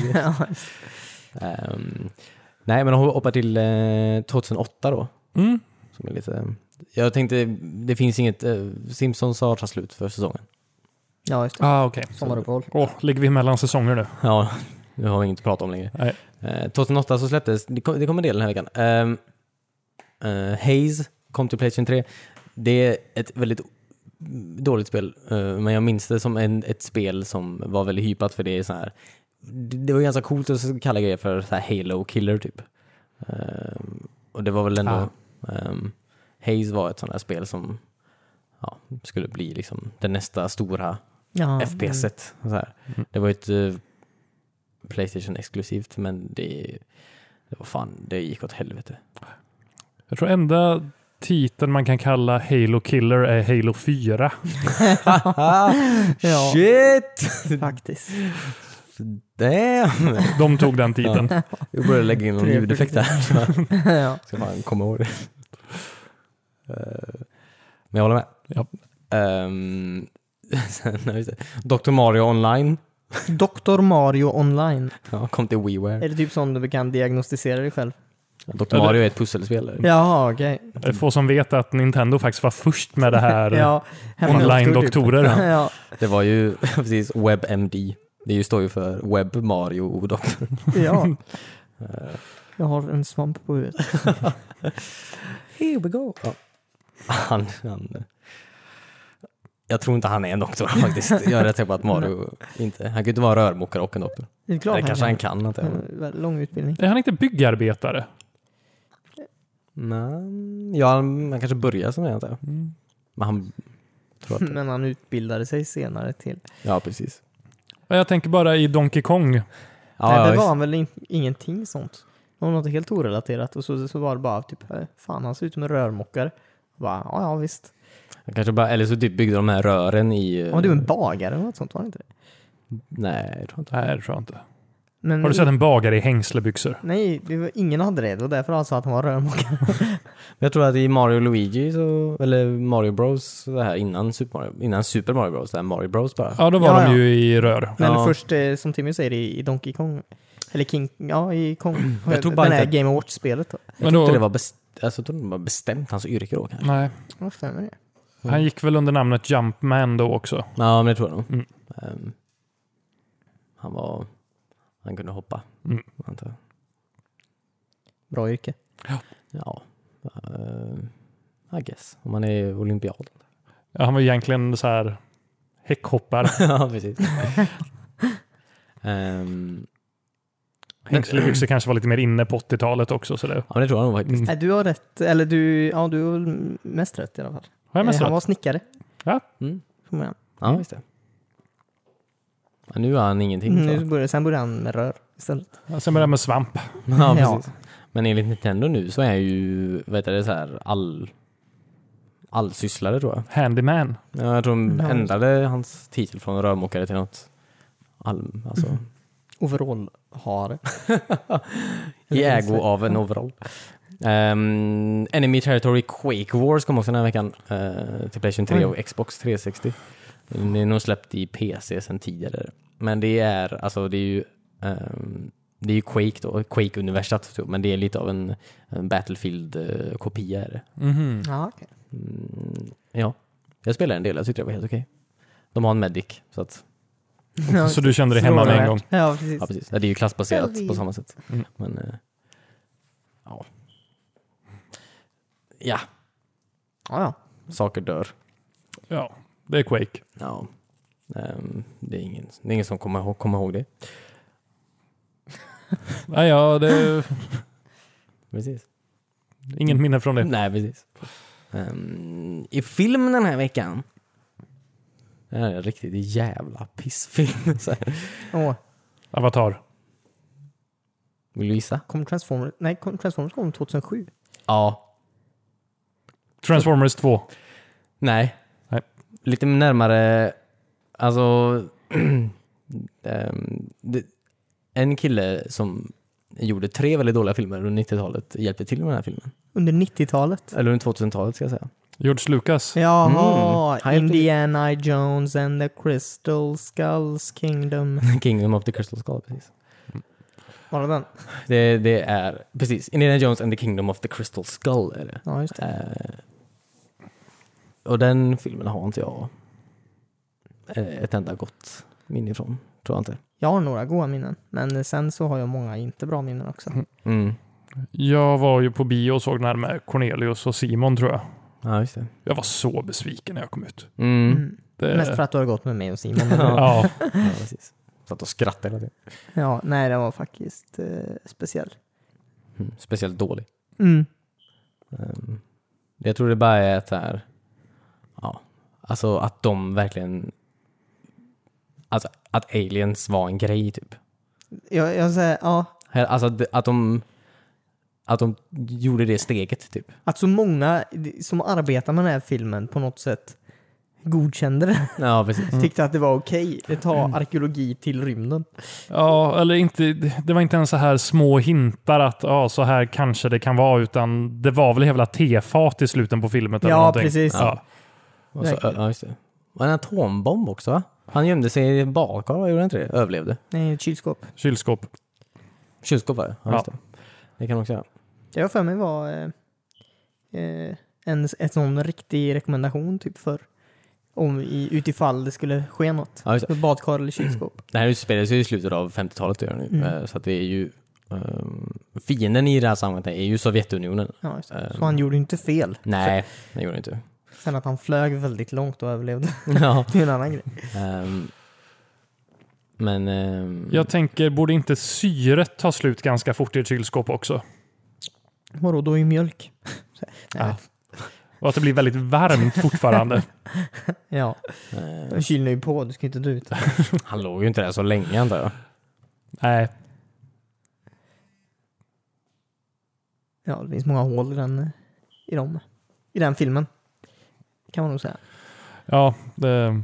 S3: Ehm, nej, men hon hoppar till eh, 2008 då.
S1: Mm.
S3: Som är lite, jag tänkte, det finns inget, eh, Simpsons har tagit slut för säsongen.
S2: ja, just det.
S1: Ah, okej.
S2: Sommaruppehåll.
S1: Åh, ligger vi mellan säsonger nu?
S3: Ja, nu har vi inget att prata om längre.
S1: Nej.
S3: Eh, 2008 så släpptes, det kom, det kom en del den här veckan. Ehm, eh, Haze kom till Playstation 3. Det är ett väldigt dåligt spel, eh, men jag minns det som en, ett spel som var väldigt hypat för det är så här. Det, det var ganska coolt att kalla grejer för så här Halo Killer typ. Ehm, och det var väl ändå,
S1: Ah.
S3: ehm, Haze var ett sånt här spel som ja, skulle bli liksom det nästa stora
S2: Ja.
S3: FPS-et. och Så här.
S1: Mm.
S3: Det var ju ett eh, Playstation-exklusivt, men det, det var fan, det gick åt helvete.
S1: Jag tror enda titeln man kan kalla Halo Killer är Halo 4.
S2: Ja.
S3: Shit!
S2: mm, Faktiskt.
S3: Damn!
S1: De tog den titeln.
S3: Jag började lägga in någon
S2: Tre
S3: ljudeffekt där. så jag
S2: ja.
S3: Ska fan komma ihåg det. Eh, Men jag håller med.
S1: Ja.
S3: Ehm, sen, nej, just det. Dr. Mario online
S2: Dr. Mario online.
S3: ja, kom till WiiWare.
S2: Är det typ sån du kan diagnostisera dig själv?
S3: Dr. Mario är ett pusselspel. eller?
S2: Jaha, okej.
S1: Det är få som vet att Nintendo faktiskt var först med det här.
S2: Ja, hemma-
S1: Online-doktorer.
S2: Typ. Ja,
S3: Det var ju precis WebMD. Det ju- står ju för Web, Mario och Dr.
S2: ja. Jag har en svamp på huvudet. Here we go.
S3: Han, han, jag tror inte han är en doktor faktiskt. Jag är rätt säker på att Mario inte... Han kan ju inte vara rörmokare och en doktor.
S2: Det är klart
S3: Eller kanske han
S2: han
S3: kan. Inte.
S2: kan. Eh, väldigt Lång utbildning.
S1: Är han inte byggarbetare?
S3: Nej, ja, han, han kanske börjar som det antar jag.
S1: Mm.
S3: Men han... Tror att,
S2: Men han utbildade sig senare till...
S3: ja, precis.
S1: Ja, Jag tänker bara i Donkey Kong.
S3: Ja,
S2: Nej,
S3: ja,
S2: det
S3: visst.
S2: var han väl in, ingenting sånt. Det var något helt orelaterat och så, så var det bara typ, eh, fan han ser ut som en rörmokare. Jag Bara, ja, ja visst.
S3: han kanske bara, eller så typ byggde de här rören i... eh,
S2: Ja, du är en bagare eller något sånt, var det inte det?
S3: Nej, jag tror inte.
S1: Nej, det tror jag inte.
S2: Men,
S1: Har du sett en bagare i hängslebyxor?
S2: Nej, det var, ingen hade det. Det var därför han sa att han var rörmokare.
S3: Men Jag tror att i Mario och Luigi, så, eller Mario Bros, det här innan Super Mario, innan Super Mario Bros, det här Mario Bros bara.
S1: Ja, då var
S2: Ja,
S1: de
S2: ja.
S1: ju i rör.
S2: Men
S3: Ja.
S2: först, eh, som Timmy säger, i, i Donkey Kong. Eller King, ja i Kong.
S3: Jag tror bara
S2: Den här
S3: inte-
S2: Game of Watch-spelet då.
S1: Men
S3: Jag tror inte det
S1: då, Mm.
S3: var best- alltså, jag tror inte det var bestämt hans yrke då kanske.
S1: nej,
S2: Vad fan är det?
S1: han gick väl under namnet Jumpman då också.
S3: Ja, men det tror jag nog.
S1: Mm.
S3: Ehm, han var... Han kunde hoppa,
S1: Mm.
S3: antar jag.
S2: Bra yrke.
S3: Ja, ehm, I guess. Om man är olympiad.
S1: Ja, han var egentligen så här häckhoppare.
S3: ja, precis. Ehm,
S1: Hängslebyxor kanske var lite mer inne på 80-talet också. Så det. Mm.
S3: ja, men det tror jag nog faktiskt.
S2: Nej, du har rätt. Eller du, ja du har väl mest rätt i alla fall.
S1: Har jag
S2: Eh,
S1: mest
S2: han
S1: rätt?
S2: var snickare.
S3: Mm.
S2: från början.
S3: Ja, just det. Ja, nu har han ingenting.
S1: Mm,
S2: Nu
S3: så.
S2: Mm, började, sen började han med rör istället.
S1: Ja, Sen började jag med svamp.
S3: Ja,
S2: Ja.
S3: precis. Men enligt Nintendo nu så är han ju, vad heter det, så här all... Allsysslare tror jag.
S1: Handyman.
S3: Ja, jag tror de
S2: Ja, just
S3: ändrade hans titel från rörmokare till något alm, alltså
S2: Overall-hare.
S3: i ägo av en overall. Ehm, Enemy Territory Quake Wars kom också den här veckan eh, till Playstation 3 och Xbox 360. Den är nog släppt i PC sedan tidigare. Men det är, alltså det är ju ehm, Det är ju Quake då, Quake-universat, typ, men det är lite av en, en Battlefield-kopia är det.
S1: Mhm.
S2: Ja, okej.
S3: Mm, ja, jag spelade en del, jag tyckte det var helt okej. De har en medic, så att,
S1: Så du kände dig hemma med en gång?
S2: Ja, precis.
S3: ja precis. Ja, Det är ju klassbaserat
S2: Självklart.
S3: på samma sätt.
S1: Mm.
S3: Men, eh, ja. Ja,
S2: Ja, ja.
S3: saker dör.
S1: Ja, det är Quake.
S3: Ja. Ehm, det, är ingen, det är ingen som kommer, ihåg- kommer ihåg det.
S1: Nej, ja, det är
S3: Precis.
S1: inget minne från det.
S3: Nej, precis. Ehm, I film den här veckan. Det här är en riktigt jävla pissfilm. Så här.
S2: Åh,
S1: Avatar.
S3: Vill du gissa?
S2: kom Transformers? Nej, kom Transformers kom 2007.
S3: Ja.
S1: Transformers 2.
S3: Nej.
S1: Nej.
S3: Lite närmare. Alltså. ehm, det, en kille som gjorde tre väldigt dåliga filmer under 90-talet hjälpte till med den här filmen.
S2: Under 90-talet.
S3: Eller under 2000-talet ska jag säga.
S1: George Lucas.
S2: Jaha,
S3: Mm. Han hjälpte-
S2: Indiana Jones and the Crystal Skulls Kingdom.
S3: Kingdom of the Crystal Skull, precis.
S2: Var det den?
S3: Det, det är, precis, Indiana Jones and the Kingdom of the Crystal Skull är det.
S2: Ja, just det.
S3: Eh, och den filmen har inte jag eh, ett enda gott minne ifrån, tror jag inte.
S2: Jag har några goda minnen, men sen så har jag många inte bra minnen också.
S3: Mm.
S1: Jag var ju på bio och såg den här med Cornelius och Simon tror jag.
S3: Ja, just det.
S1: Jag var så besviken när jag kom ut.
S3: Mm.
S2: Mm.
S1: Det...
S2: Mest för att du har gått med mig och Simon.
S1: Ja,
S3: Ja, precis. Satt och skrattade hela tiden.
S2: ja, nej, den var faktiskt eh, speciell.
S3: Mm. Speciellt dålig.
S2: Mm.
S3: Ehm, jag tror det bara är att det här, ja, alltså att de verkligen, alltså att aliens var en grej typ.
S2: Jag, jag säger, ja,
S3: Här- Alltså att, att de att de gjorde det steget typ.
S2: att så många som arbetar med den här filmen på något sätt godkände det.
S3: Ja, precis.
S2: Tyckte att det var okej. Det tar arkeologi till rymden.
S1: ja, eller inte. Det var inte ens så här små hintar att ja, så här kanske det kan vara, utan det var väl jävla tefat i slutet på filmen. Eller
S2: Ja,
S1: någonting.
S2: precis.
S1: Ja.
S3: Och så, ja, just det. Och en atombomb också va? Han gömde sig i en badkar, va? gjorde han inte det? Överlevde.
S2: Nej, ett kylskåp.
S1: Kylskåp.
S3: Kylskåp var det. Ja, just
S1: Ja.
S3: det. Det kan man också göra.
S2: Det har för mig var eh, eh, en, en sån riktig rekommendation typ för om i, utifall det skulle ske något.
S3: Ja, just det.
S2: Med badkar eller kylskåp.
S3: det här spelades ju i slutet av 50-talet, det gör det nu.
S2: Mm.
S3: Eh, så att det är ju... ehm, fienden i det här sammanhanget är ju Sovjetunionen.
S2: Ja, just det.
S3: Ehm.
S2: Så han gjorde ju inte fel.
S3: Nej, det gjorde det inte.
S2: Sen att han flög väldigt långt och överlevde.
S3: ja.
S2: Det är en annan grej.
S3: Ehm, men... ehm,
S1: Jag tänker, borde inte syret ta slut ganska fort i ett kylskåp också?
S2: Vadå, då är ju mjölk.
S1: Ja. Och att det blir väldigt varmt fortfarande.
S2: Ja,
S3: eh,
S2: den kyler ju på. Du ska ju inte dö ut.
S3: han låg ju inte där så länge antar jag.
S1: Nej,
S2: Ja, det finns många hål i den, eh, i dem. I den filmen. Kan man nog säga.
S1: ja. Det...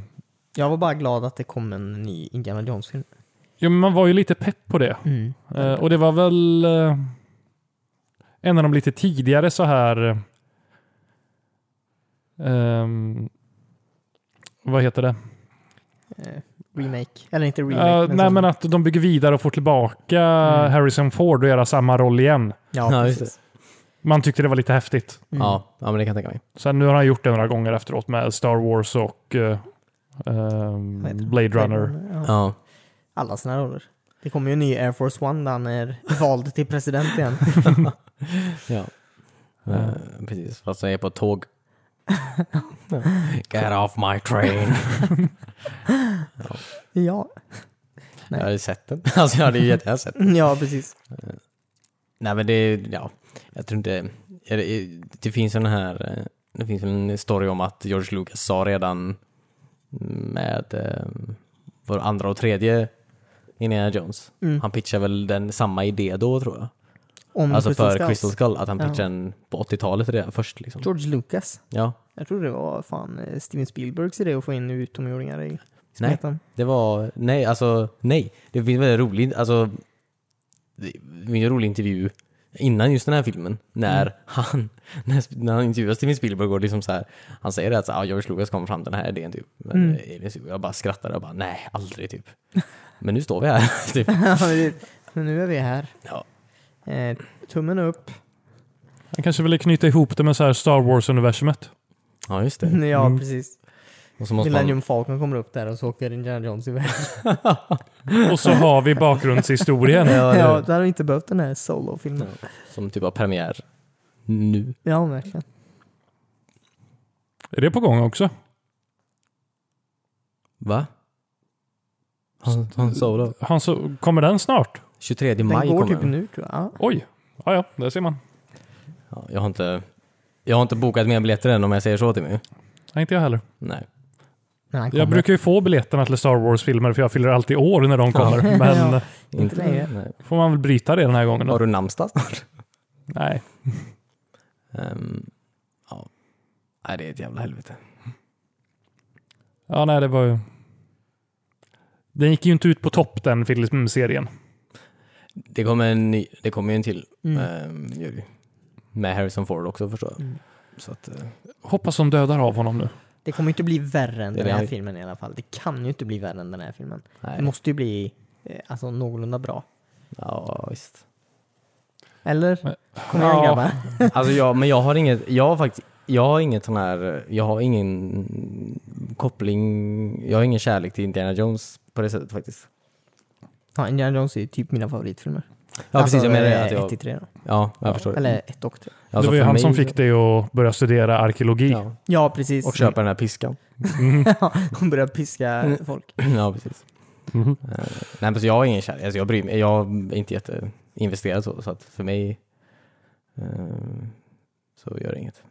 S2: Jag var bara glad att det kom en ny Indiana Jones-film.
S1: Jo, men man var ju lite pepp på det.
S2: Mm.
S1: Eh, och det var väl eh, en av de lite tidigare så här... eh, ehm, vad heter det?
S2: Eh, remake. Eller inte remake.
S1: Eh, nej,
S2: sån-
S1: men att de bygger vidare och får tillbaka
S2: liksom. Mm.
S1: Harrison Ford och göra samma roll igen.
S2: Ja,
S3: Ja, just
S2: precis.
S1: Man tyckte det var lite häftigt.
S2: Mm.
S3: Ja, ja, men det kan jag tänka mig.
S1: Sen nu har han gjort det några gånger efteråt med Star Wars och eh, ehm,
S2: Vad heter den?
S1: Blade Runner.
S2: Ja.
S3: Ja.
S2: Alla sina roller. Det kommer ju en ny Air Force One där han är vald till president igen.
S3: Ja.
S1: Ja.
S3: Eh, precis, fast jag är på ett tåg. Get off my train.
S2: Ja, Nej.
S3: Jag hade sett den. Alltså jag hade ju jättegärna sett den. Eh,
S2: ja precis.
S3: Nej men det, ja. Jag tror inte, är det, det finns en här, eh, det finns en story om att George Lucas sa redan med eh, vår andra och tredje Indiana Jones.
S2: Mm.
S3: Han pitchade väl den samma idé då tror jag.
S2: Om
S3: alltså
S2: Mm, Crystal
S3: för
S2: Skulls.
S3: Crystal Skull, att han
S2: Ja.
S3: pitchade den på 80-talet redan först liksom.
S2: George Lucas.
S3: Ja,
S2: Jag tror det var fan eh, Steven Spielbergs idé att få in utomjordingar i smeten.
S3: Det var, nej alltså, nej. Det finns en väldigt rolig, alltså, det finns en rolig intervju innan just den här filmen när
S2: Mm.
S3: han, när, när han intervjuar Steven Spielberg och liksom så här, han säger det att så här, ah, George Lucas kom fram till den här idén typ. Men
S2: Mm.
S3: eh, aliens- och jag bara skrattade och bara nej, aldrig typ. Men nu står vi här. typ.
S2: Ja, men det- men nu är vi här.
S3: Ja.
S2: Eh, tummen upp.
S1: Han kanske ville knyta ihop det med så här Star Wars-universumet.
S3: Ja, just det.
S2: Ja,
S1: Mm.
S2: precis.
S3: Och så måste man...
S2: Millennium Falcon kommer upp där och så åker Indiana Jones iväg.
S1: Och så har vi bakgrundshistorien.
S3: Ja,
S2: Ja,
S3: eller,
S2: då hade vi inte behövt den här solo-filmen.
S3: som typ av premiär nu.
S2: Ja, verkligen.
S1: Är det på gång också?
S3: Va? Han, han Solo.
S1: Han så, kommer den snart?
S3: 23
S2: Den
S3: maj
S2: går
S3: kommer
S2: typ
S3: den.
S2: nu tror jag. Ja.
S1: Oj. Ja, ja, där ser man.
S3: ja, jag, har inte, jag har inte bokat mer biljetter än om jag säger så till mig.
S1: Nej, inte jag heller.
S3: Nej.
S2: Men han
S1: Jag
S2: kommer.
S1: brukar ju få biljetterna till Star Wars-filmer för jag fyller alltid år när de kommer.
S2: Ja.
S1: Men
S2: Ja.
S1: eh,
S3: Inte,
S2: längre.
S3: nej.
S1: får man väl bryta det den här gången
S3: Har
S1: då?
S3: du namnsdag snart?
S1: Nej.
S3: Ehm, ja. Nej, det är ett jävla helvete.
S1: Ja, nej, det var ju... Den gick ju inte ut på topp den filmserien.
S3: Det kommer en ny, det kommer ju en till.
S2: Mm.
S3: ehm, gör det ju. Med Harrison Ford också förstår jag.
S2: Mm.
S3: Så att, eh,
S1: Hoppas de dödar av honom nu.
S3: Alltså,
S2: Det kommer ju inte bli värre än
S3: Det är
S2: den här
S3: det.
S2: filmen i alla fall. Det kan ju inte bli värre än den här filmen.
S3: nej.
S2: Det måste ju bli eh, alltså, någorlunda bra.
S3: Ja, visst.
S2: Eller?
S1: Nej.
S2: Kom igen
S1: Ja.
S2: grabbar.
S3: Alltså jag, men jag har inget, jag har faktiskt, jag har inget sån här, jag har ingen koppling, jag har ingen kärlek till Indiana Jones på det sättet faktiskt.
S2: Ja, Indiana Jones är ju typ mina favoritfilmer.
S3: Ja precis, jag menar det,
S2: jag... 1
S3: att jag, Mm.
S2: till 3 då.
S3: ja jag förstår. det.
S2: Eller 1 och 3.
S1: det
S3: Alltså,
S1: var ju
S3: för
S1: han
S3: mig-
S1: som fick dig att börja studera arkeologi.
S3: Ja,
S2: Ja, precis.
S3: och köpa den här piskan.
S2: Hon börjar piska folk.
S3: ja precis.
S1: Mhm.
S3: Eh, nej men så jag har ingen kärlek, alltså jag bryr mig, jag är inte jätteinvesterad så, så att för mig eh, så gör det inget.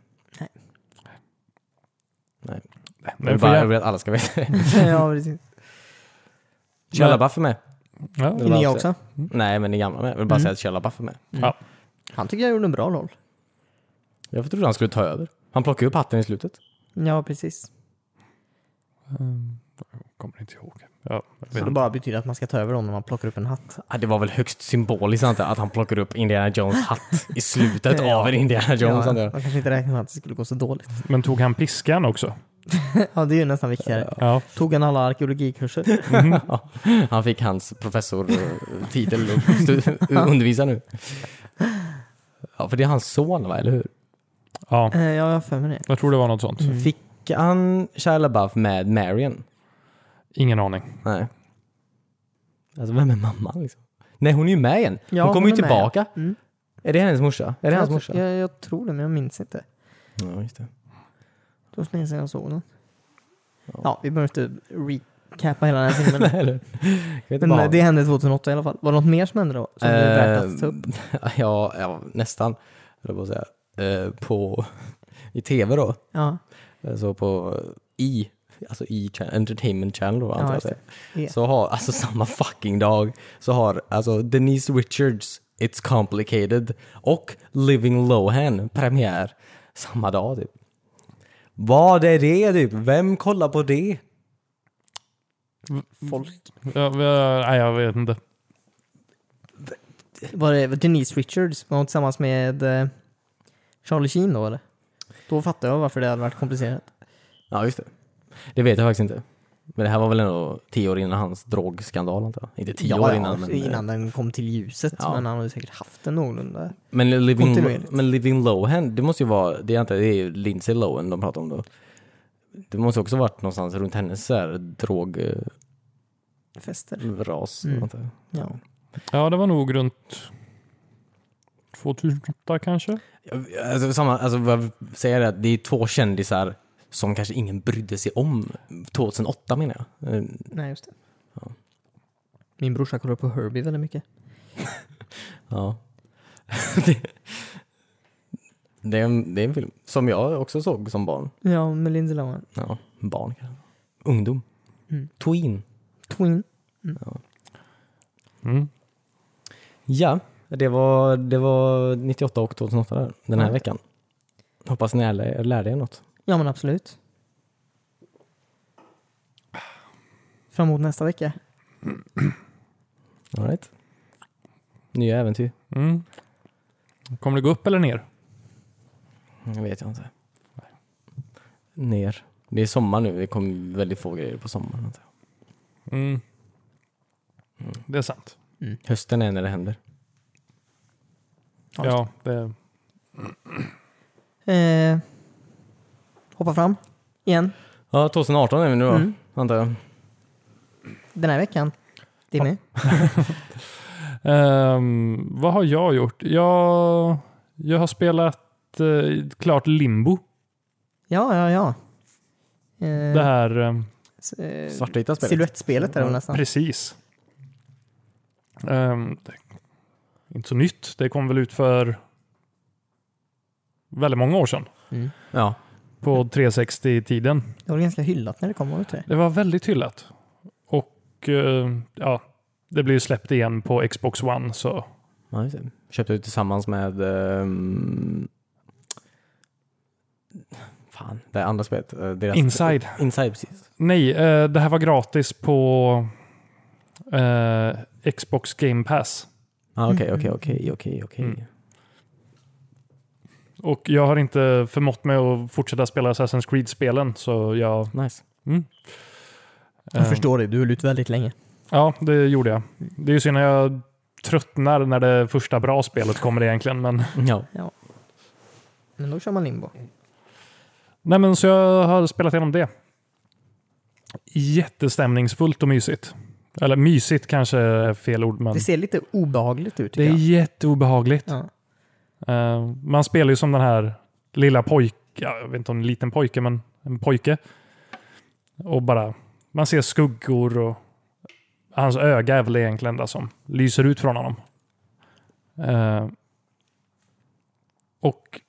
S3: Jag
S1: Den
S3: vill,
S1: får
S3: bara,
S1: gärna-
S3: jag vill att alla ska veta det.
S2: ja, precis.
S3: Shia LaBeouf är med.
S1: Ja.
S3: Det
S2: Är
S3: var
S2: ni
S3: också-
S2: också?
S3: Nej men det gamla med. Jag vill bara
S2: Mm.
S3: säga att Shia LaBeouf är med.
S2: Han tycker jag gjorde en bra roll.
S3: Jag trodde han skulle ta över. Han plockade upp hatten i slutet.
S2: Ja, precis.
S1: Mm, Jag kommer inte ihåg. Ja, jag vet
S2: Så det
S1: inte.
S2: bara betyder att man ska ta över dem när man plockar upp en hatt.
S3: Ah, Det var väl högst symboliskt antar jag, att han plockar upp Indiana Jones hatt i slutet
S2: Ja.
S3: av en Indiana Jones.
S2: ja,
S3: antar
S2: man
S3: jag.
S2: kanske inte räknade med att det skulle gå så dåligt.
S1: Men tog han piskan också?
S2: ja, det är ju nästan viktigare.
S1: Ja.
S2: Tog han alla arkeologikurser?
S3: Han fick hans professortitel och stu- undervisar nu. Ja, för det är hans son va, eller hur?
S1: ja,
S2: Eh, ja, jag har för mig det.
S1: jag tror det var något sånt.
S2: Mm.
S3: Fick han Shia LaBeouf med Marion?
S1: Ingen aning.
S3: Nej. Alltså vem är mamman liksom? Nej hon är ju med igen. Hon
S2: Ja,
S3: kommer ju
S2: är med, ja.
S3: tillbaka.
S2: Mm.
S3: Är det hennes morsa? Är det hans
S2: jag,
S3: morsa?
S2: Jag, jag tror det, men jag minns inte.
S3: Ja, just det.
S2: Det var så länge sedan jag såg den.
S3: Ja.
S2: Ja, vi behöver inte recapa hela den här filmen.
S3: Nej, eller? Jag vet inte
S2: Men eh,
S3: vad-
S2: det hände 2008 i alla fall. Var det något mer som hände då? Som det är värt att ta upp?
S3: Eh, ja, ja, nästan. höll Jag på att säga. Eh, på, I tv då,
S2: Ja,
S3: eh, så på i, alltså i Chan- Entertainment Channel då, antar jag
S2: just
S3: säger.
S2: det. Ja.
S3: Så har, alltså samma fucking dag, så har alltså Denise Richards It's Complicated och Living Lohan premiär samma dag typ. Vad är det typ? Vem kollar på det?
S2: folk.
S1: Ja, vi- nej, jag vet inte.
S2: Var det Denise Richards? Var hon tillsammans med eh, Charlie Sheen då eller? Då fattar jag varför det hade varit komplicerat.
S3: Ja, just det. Det vet jag faktiskt inte. Men det här var väl ändå tio år innan hans drogskandal antar jag. Inte tio
S2: Ja,
S3: år
S2: ja,
S3: innan. men-
S2: innan den kom till ljuset.
S3: Ja.
S2: Men han har ju säkert haft den någorlunda.
S3: Men Living,
S2: Kontinuerligt.
S3: men Living Lohan, det måste ju vara, det är inte, det är ju Lindsay Lohan de pratar om då. Det måste också varit någonstans runt hennes så här drogras.
S2: Fester. Mm.
S3: Mm.
S2: Ja.
S1: Ja, det var nog runt 2008 kanske?
S3: Alltså, samma, alltså vad jag säger är att det är två kändisar som kanske ingen brydde sig om 2008 menar jag. Eh,
S2: Nej, just det.
S3: Ja.
S2: Min brorsa kollar på Herbie väldigt mycket.
S3: Ja. det, det, är en, det är en film som jag också såg som barn.
S2: Ja, med Lindsay Lohan.
S3: Ja, barn kanske. Ungdom.
S2: Mm.
S3: Tween.
S2: Twin.
S1: Mm.
S3: Ja, det var, det var 98 och 2008 där, den här
S2: Ja.
S3: veckan. Hoppas ni lär, lärde er något.
S2: Ja, men absolut. Fram emot nästa vecka.
S3: All right. Nya äventyr?
S1: Mm. Kommer det gå upp eller ner?
S3: Det vet jag inte. Ner. Det är sommar nu, det kommer väldigt få grejer på sommaren. antar jag.
S1: Mm. Det är sant.
S3: Hösten är när det händer.
S2: Ja,
S1: Ja, det,
S2: Eh, hoppa fram igen
S3: Ja, 2018 är vi nu då,
S2: Mm.
S3: antar jag.
S2: den här veckan. Timmy?
S1: Ehm, vad har jag gjort? Jag, jag har spelat eh, klart Limbo.
S2: Ja, ja, ja. Eh,
S1: Det här eh,
S2: s- eh,
S3: Svartvita spelet.
S2: Silhuettspelet är det väl nästan.
S1: Precis. Ehm, det, inte så nytt. Det kom väl ut för väldigt många år sedan.
S2: Mm.
S3: Ja.
S1: På 360-tiden.
S2: Det var ganska hyllat när det kom, var det inte det?
S1: Det var väldigt hyllat. Och eh, ja, det blir ju släppt igen på Xbox One. Så
S3: ja just det. Köpte vi tillsammans med... ehm, fan, det andra spelet. eh, Deras,
S1: Inside.
S3: Inside, precis.
S1: Nej, eh, det här var gratis på eh, Xbox Game Pass.
S3: Ah, Okej, okej, okej, okej,
S1: Mm.
S3: okej.
S1: Och jag har inte förmått mig att fortsätta spela Assassin's Creed-spelen. Så jag...
S3: Nice.
S2: Jag
S1: eh,
S2: förstår det, du höll ut väldigt länge.
S1: Ja, det gjorde jag. Det är ju synd när jag tröttnar när det första bra spelet kommer egentligen. Men...
S3: Ja.
S2: Men då kör man limbo.
S1: Nej, men så jag har spelat igenom det. Jättestämningsfullt och mysigt. Eller mysigt kanske är fel ord, men
S2: Det ser lite obehagligt ut
S1: det
S2: tycker
S1: är
S2: jag.
S1: jätteobehagligt.
S2: Ja.
S1: Eh, man spelar ju som den här lilla pojken, jag vet inte om en liten pojke, men en pojke. Och bara, man ser skuggor och hans öga är väl egentligen det som lyser ut från honom. Eh, och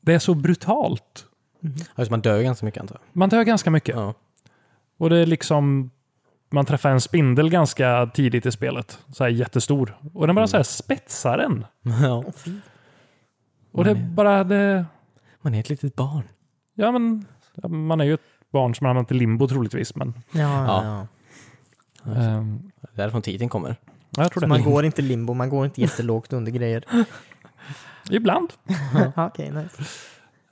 S1: det är så brutalt.
S3: Ja, just alltså man dör ju ganska mycket antar
S1: Man dör ganska mycket.
S3: jag. Ja.
S1: Och det är liksom, man träffar en spindel ganska tidigt i spelet. Så här jättestor. Och den bara så här spetsar en.
S3: ja.
S1: Och det är
S3: Mm.
S1: bara, det,
S3: Man är ett litet barn.
S1: Ja, men man är ju ett barn som har hamnat i limbo troligtvis. Men,
S2: Ja, ja,
S3: Ja.
S2: ja.
S1: ehm,
S3: Det är därifrån titeln kommer.
S1: ja, jag tror
S2: Så
S1: det.
S2: man går inte limbo, man går inte jättelågt under grejer.
S1: Ibland.
S2: Ja, Okej, nice.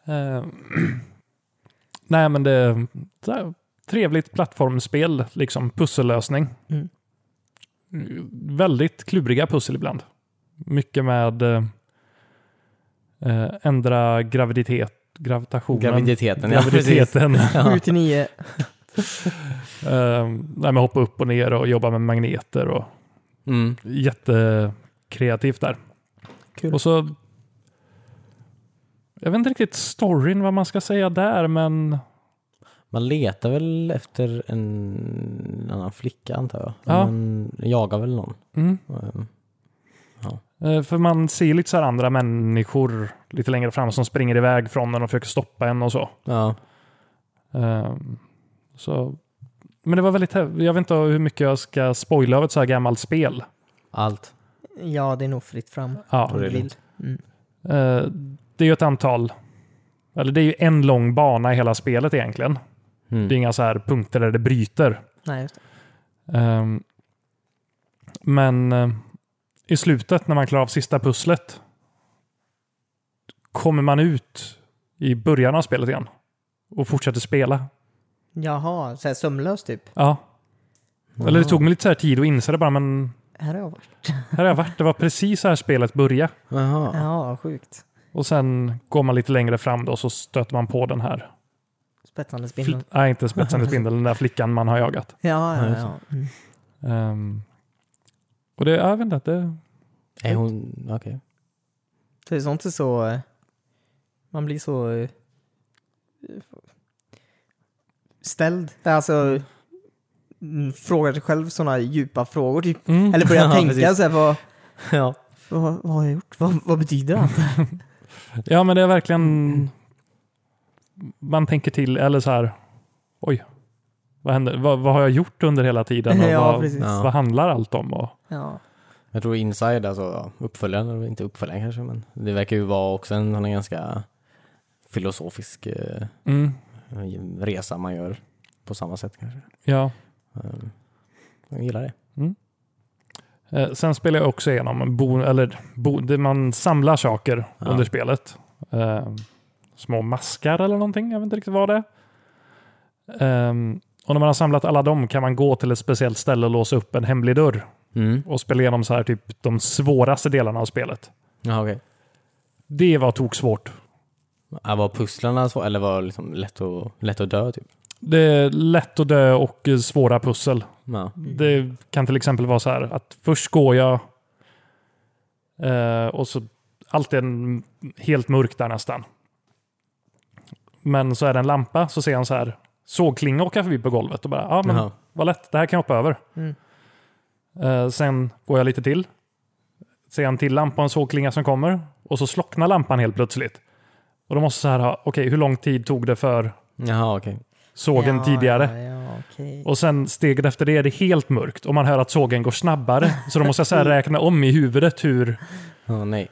S1: Ehm, Nej, men det är så här, trevligt plattformsspel, liksom pussellösning.
S2: Mm.
S1: Väldigt kluriga pussel ibland. Mycket med eh, eh, ändra graviditet, gravitationen.
S3: Graviditeten, ja,
S1: graviditeten.
S3: Ja.
S2: 7 till 9.
S1: Ehm, nej, men hoppa upp och ner och jobba med magneter och
S3: Mm.
S1: jättekreativt där.
S2: Kul.
S1: Och så... Jag vet inte riktigt storyn, vad man ska säga där, men
S3: Man letar väl efter en annan flicka antar jag.
S1: Ja.
S3: Man jagar väl någon.
S1: mm.
S3: Mm.
S1: Eh, För man ser lite så här andra människor lite längre fram som springer iväg från den och försöker stoppa en och så.
S3: Ja.
S1: Ehm, så. Men det var väldigt... häv- Jag vet inte hur mycket jag ska spoila av ett så här gammalt spel.
S3: Allt.
S2: Ja, det är nog fritt fram.
S1: Ja.
S3: Och det är
S2: Vill.
S3: lugnt.
S2: Mm.
S1: Eh, det är ju ett antal... Eller det är ju en lång bana i hela spelet egentligen.
S3: Mm.
S1: Det är inga så här punkter där det bryter.
S2: Nej, just det.
S1: Ehm, Men eh, i slutet när man klarar av sista pusslet kommer man ut i början av spelet igen och fortsätter spela.
S2: Jaha, så här sömnlös typ.
S1: Ja. Eller det tog mig lite så här tid att inse det bara, men
S2: Här har jag varit.
S1: här har jag varit. Det var precis så här spelet började.
S3: Jaha.
S2: Ja, sjukt.
S1: Och sen går man lite längre fram då så stöter man på den här.
S2: Spetsande spindel.
S1: Fl- nej, inte spetsande spindel, den där flickan man har jagat.
S2: Ja,
S3: Ja,
S2: ja,
S3: just
S2: ja. Mm.
S1: Ehm, och det, jag vet inte, det,
S3: Är hon... Okej.
S2: Så det är sånt är så... eh, Man blir så... eh, Ställd. Alltså... mm, Frågar sig själv sådana djupa frågor typ.
S1: mm.
S2: Eller börjar
S3: Ja,
S2: tänka
S3: precis.
S2: så här, vad,
S3: Ja.
S2: vad, vad har jag gjort? Vad, vad betyder allt det här?
S1: Ja, men det är
S2: Mm.
S1: verkligen... Man tänker till, eller så här... Oj, vad, händer? Vad, vad har jag gjort under hela tiden? Och
S2: Ja,
S1: vad,
S2: precis.
S3: Ja.
S1: vad handlar allt om? Och,
S2: Ja.
S3: Jag tror Inside, alltså ja, uppföljaren, eller inte uppföljaren kanske, men det verkar ju vara också en, en ganska filosofisk eh,
S1: mm,
S3: resa man gör på samma sätt kanske.
S1: ja.
S3: Eh, Jag gillar det.
S1: Eh, sen spelar jag också igenom, bo, eller bo, det man samlar saker
S3: Ja.
S1: under spelet. Eh, små maskar eller någonting, jag vet inte riktigt vad det är. Ehm, och när man har samlat alla dem kan man gå till ett speciellt ställe och låsa upp en hemlig dörr.
S3: Mm.
S1: och spela igenom så här typ de svåraste delarna av spelet.
S3: Jaha, okej.
S1: Det var toksvårt.
S3: Ja, Var pusslarna svåra eller var det liksom lätt, att, lätt att dö? Typ?
S1: Det är lätt att dö och eh, svåra pussel.
S3: Ja.
S1: Det kan till exempel vara så här att först går jag eh, och så allt är en- helt mörkt där nästan. Men så är det en lampa så ser han så här sågklinga åka förbi på golvet och bara ja men
S3: Jaha.
S1: vad lätt det här kan jag hoppa över.
S2: Mm.
S1: Eh, sen går jag lite till. Ser en till lampa och en sågklinga som kommer och så slocknar lampan helt plötsligt. Och då måste så här ha okej hur lång tid tog det för
S3: Jaha, okej.
S1: sågen
S2: ja,
S1: tidigare?
S2: Ja, ja, okej.
S1: Och sen steget efter det är det helt mörkt och man hör att sågen går snabbare. Så då måste jag så här räkna om i huvudet hur
S3: Ja, nej.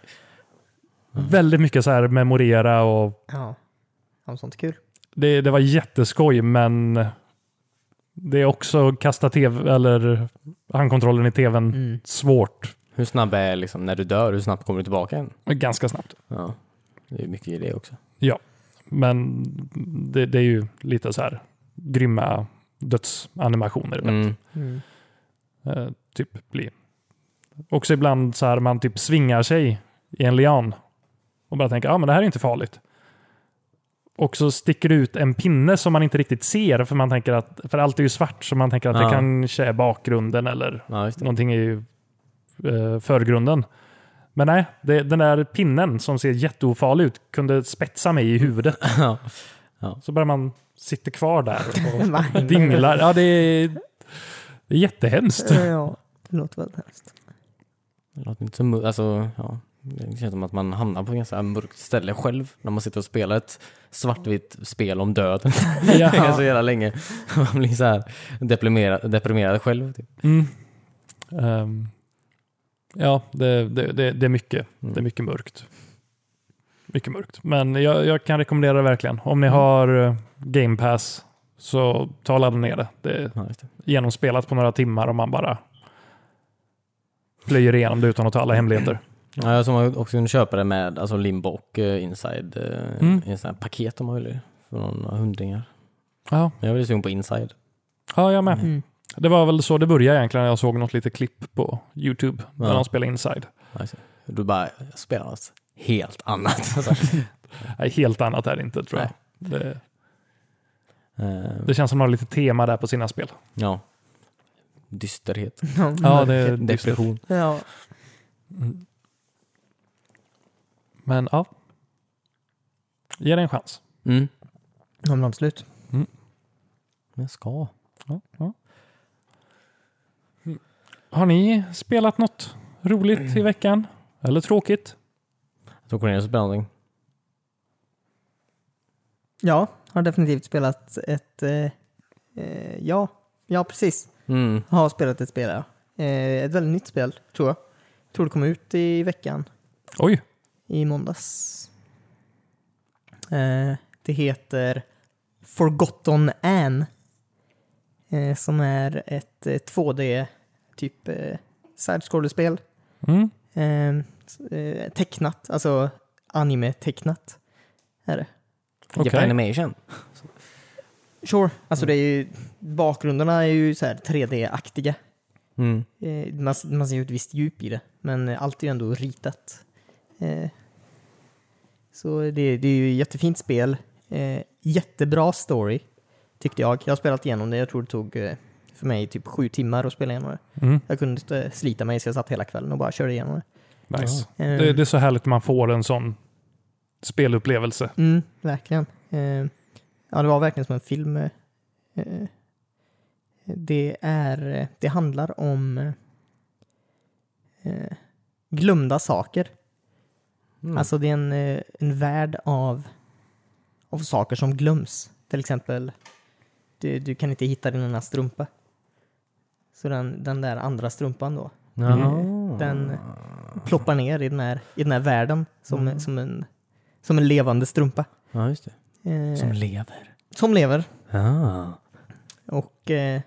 S1: väldigt mycket så här memorera och
S2: Ja. ja, sånt är kul.
S1: det, det var jätteskoj men det är också kasta tv eller handkontrollen i tvn
S2: Mm.
S1: svårt.
S3: Hur snabb är liksom när du dör? Hur snabbt kommer du tillbaka igen?
S1: Ganska snabbt.
S3: Ja. Det är mycket i det också.
S1: Men det, det är ju lite så här grymma dödsanimationer. ibland.
S3: Mm.
S2: Mm.
S1: eh, typ bli. Också ibland så här man typ svingar sig i en lian och bara tänker ja ah, men det här är inte farligt. Och så sticker det ut en pinne som man inte riktigt ser för man tänker att för allt är ju svart så man tänker att
S3: Ja.
S1: det kanske är bakgrunden eller
S3: Ja, just det.
S1: någonting i eh, förgrunden. Men nej, det, den där pinnen som ser jätteofarlig ut kunde spetsa mig i huvudet.
S3: Ja.
S1: Så bara man sitter kvar där
S2: Vad
S1: och
S2: händer?
S1: dinglar. Ja, det är, det är jättehemskt.
S2: Eh, Ja, det låter väldigt hemskt.
S3: Det låter inte så mörkt. Alltså, ja. Det känns som att man hamnar på ett ganska mörkt ställe själv när man sitter och spelar ett svartvitt spel om döden.
S1: Ja.
S3: så jävla länge. Man blir så här deprimerad, deprimerad själv. Typ.
S1: Mm. Ehm, ja, det, det, det, det är mycket.
S3: Mm.
S1: Det är mycket mörkt. Mycket mörkt. Men jag, jag kan rekommendera det verkligen. Om ni har eh, Game Pass så ta och ladda ner det. Det är
S3: Ja, just det.
S1: genomspelat på några timmar om man bara plöjer igenom det utan att ta alla hemligheter.
S3: Ja, jag som också kunde köpa det med alltså limbo och eh, inside eh,
S1: Mm.
S3: i en sån här paket om man vill. För några hundringar.
S1: Ja,
S3: Men jag blev sugen på inside.
S1: ja jag med.
S2: Mm.
S1: Det var väl så det började egentligen. Jag såg något litet klipp på YouTube när
S3: Ja.
S1: de spelade Inside.
S3: Ja, just det. Alltså, Du bara jag spelar något helt annat. Alltså,
S1: Nej, helt annat är det inte tror jag. Det,
S3: eh,
S1: det känns som de har lite tema där på sina spel.
S3: ja. Dysterhet.
S1: Ja, det är dystert.
S3: Depression.
S2: ja.
S1: Mm. Men ja. Ge det en chans.
S3: Mm.
S2: Ja, men absolut.
S3: Men ska.
S1: Ja, ja. Hm. Har ni spelat något roligt i veckan? Eller tråkigt?
S3: Jag tror Cornelius spelar någonting.
S2: Ja, har definitivt spelat ett... Eh, eh, ja, ja precis.
S3: Mm.
S2: Har spelat ett spel, ja. Eh, ett väldigt nytt spel, tror jag. Tror det kom ut i veckan,
S1: Oj,
S2: i måndags. Eh, det heter Forgotten Anne. Eh, som är ett eh, 2D, typ eh, side-scroller-spel.
S1: mm.
S2: Eh, s- eh, tecknat, alltså anime-tecknat. Är det.
S1: Okej.
S3: Japan Animation.
S2: Sure. Alltså det
S1: Mm.
S2: är ju, bakgrunderna är ju så här 3D-aktiga.
S3: Mm.
S2: Eh, man, man ser ju ett visst djup i det, men allt är ju ändå ritat. Eh, så det, det är ju ett jättefint spel. Eh, jättebra story, tyckte jag. Jag har spelat igenom det, jag tror det tog eh, för mig typ sju timmar att spela igenom det.
S1: Mm.
S2: Jag kunde inte slita mig så jag satt hela kvällen och bara körde igenom det. Ehm,
S1: Nice.
S2: Ja.
S1: Det, det är så härligt när man får en sån spelupplevelse.
S2: Mm, verkligen. Eh, ja, det var verkligen som en film. Eh, eh, det, är, eh, det handlar om eh, glömda saker.
S3: Mm.
S2: Alltså det är en, eh, en värld av, av saker som glöms. Till exempel, du, du kan inte hitta din ena strumpa. Så den, den där andra strumpan då,
S3: Mm. Jaha.
S2: den ploppar ner i den här, i den här världen som,
S3: Mm.
S2: som, en, som en levande strumpa.
S3: Ja, just det.
S2: Eh,
S3: Som lever.
S2: som lever.
S3: Ah.
S2: Och eh,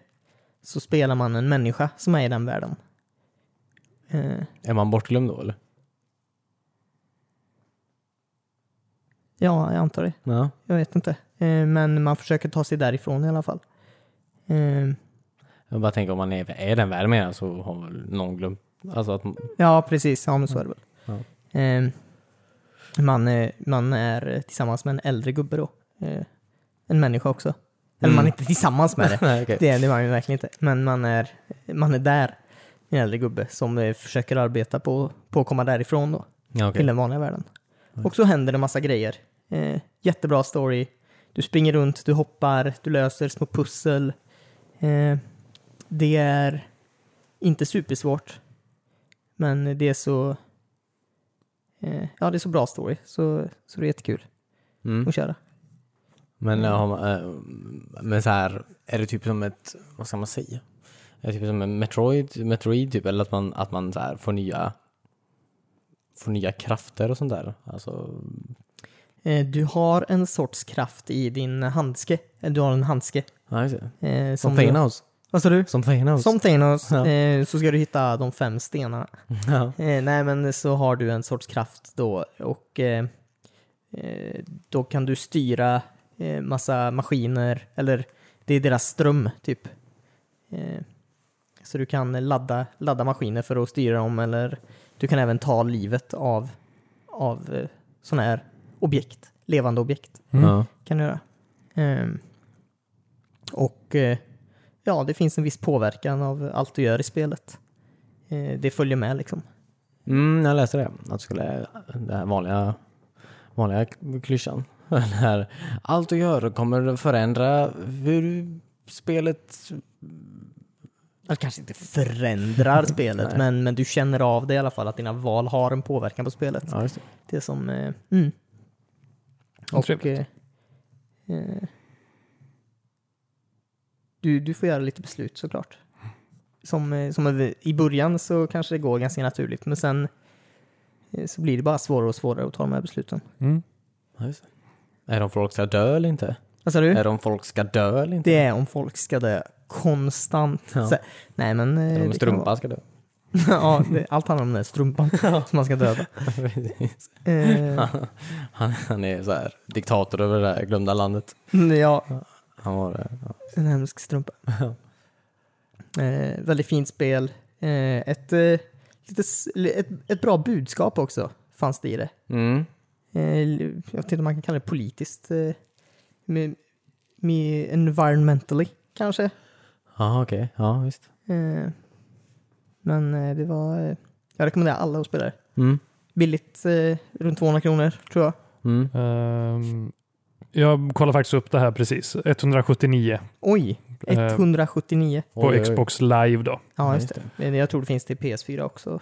S2: så spelar man en människa som är i den världen. Eh,
S3: Är man bortglömd då eller?
S2: ja, jag antar det.
S3: Ja.
S2: Jag vet inte. Eh, men man försöker ta sig därifrån i alla fall. Eh,
S3: Jag bara tänker om man är, är den värd mer så har väl någon glömt. Alltså att,
S2: Ja, precis. Ja, men så är det väl.
S3: Ja.
S2: Ehm, man, är, man är tillsammans med en äldre gubbe då. Eh, en människa också. Eller
S3: Mm.
S2: man är inte tillsammans med det.
S3: nej, okej.
S2: Det är det är man ju verkligen inte. Men man är, man är där. En äldre gubbe som eh, försöker arbeta på, på att komma därifrån då.
S3: Ja, okej.
S2: Till den vanliga världen.
S3: Ja.
S2: Och så händer det massa grejer. Eh, jättebra story. Du springer runt, du hoppar, du löser små pussel. Eh, det är inte supersvårt. Men det är så... Eh, ja, det är så bra story. Så, så det är jättekul
S3: Mm.
S2: att köra.
S3: Men, eh, har man, eh, men så här, är det typ som ett, vad ska man säga? Är det typ som en Metroid, Metroid typ, eller att man, att man så här får nya får nya krafter och sånt där? Alltså,
S2: Eh, du har en sorts kraft i din handske. Eh, Du har en handske.
S3: ja, just det.
S2: Eh,
S3: Som
S2: du-
S3: Thanos.
S2: Vad sa du?
S3: Som Thanos.
S2: Som Thanos.
S3: Ja.
S2: Eh, så ska du hitta de fem stenarna.
S3: Ja.
S2: Eh, nej, men så har du en sorts kraft då och eh, eh, då kan du styra eh, massa maskiner, eller det är deras ström typ. Eh, så du kan ladda, ladda maskiner för att styra dem eller du kan även ta livet av, av eh, sådana här objekt, levande objekt
S1: Mm.
S3: Ja.
S2: kan du göra. Ehm, och eh, ja, det finns en viss påverkan av allt du gör i spelet. Eh, det följer med liksom.
S3: Mm, jag läste det. Att det skulle, den här vanliga, vanliga klyschan. Den här, allt du gör kommer förändra hur spelet...
S2: Eller kanske inte förändrar spelet,
S3: Nej.
S2: men, men du känner av det i alla fall, att dina val har en påverkan på spelet.
S3: Ja, just det.
S2: Det som... Eh, mm. Och...
S1: Trevligt.
S2: Eh, eh, du, du får göra lite beslut såklart. Som, eh, som över- I början så kanske det går ganska naturligt, men sen eh, så blir det bara svårare och svårare att ta de här besluten.
S1: Mm.
S3: Ja, just det. Är det om folk ska dö eller inte?
S2: Vad sa du?
S3: Är det om folk ska dö eller inte?
S2: Det är om folk ska dö konstant.
S3: Ja.
S2: Så, nej men... eh,
S3: Eller om
S2: det
S3: en
S2: kan
S3: strumpa
S2: vara-
S3: ska dö?
S2: ja, det, allt handlar om den där strumpan som man ska döda.
S3: Precis.
S2: Eh,
S3: han, han är så här diktator över det här glömda landet.
S2: ja,
S3: Han var eh, ja.
S2: En hemsk strumpa. eh, väldigt fint spel. Eh, ett, eh, lite, s- li- ett, ett bra budskap också fanns det i det.
S3: Mm.
S2: Eh, l- jag vet inte om man kan kalla det politiskt. Eh, med, med environmentally kanske.
S3: Ja, okej. Ja, visst.
S2: Eh, men eh, det var... Eh, jag rekommenderar alla att spela det.
S3: Mm.
S2: Billigt, eh, runt 200 kronor tror jag.
S3: Mm.
S1: Ehm, jag kollade faktiskt upp det här precis. 179
S2: Oj,
S1: Eh,
S2: 179.
S1: på
S3: Oj, oj, oj.
S1: Xbox live då.
S2: Ja,
S3: ja,
S2: just
S3: just
S2: det. Jag tror det finns till PS4 också.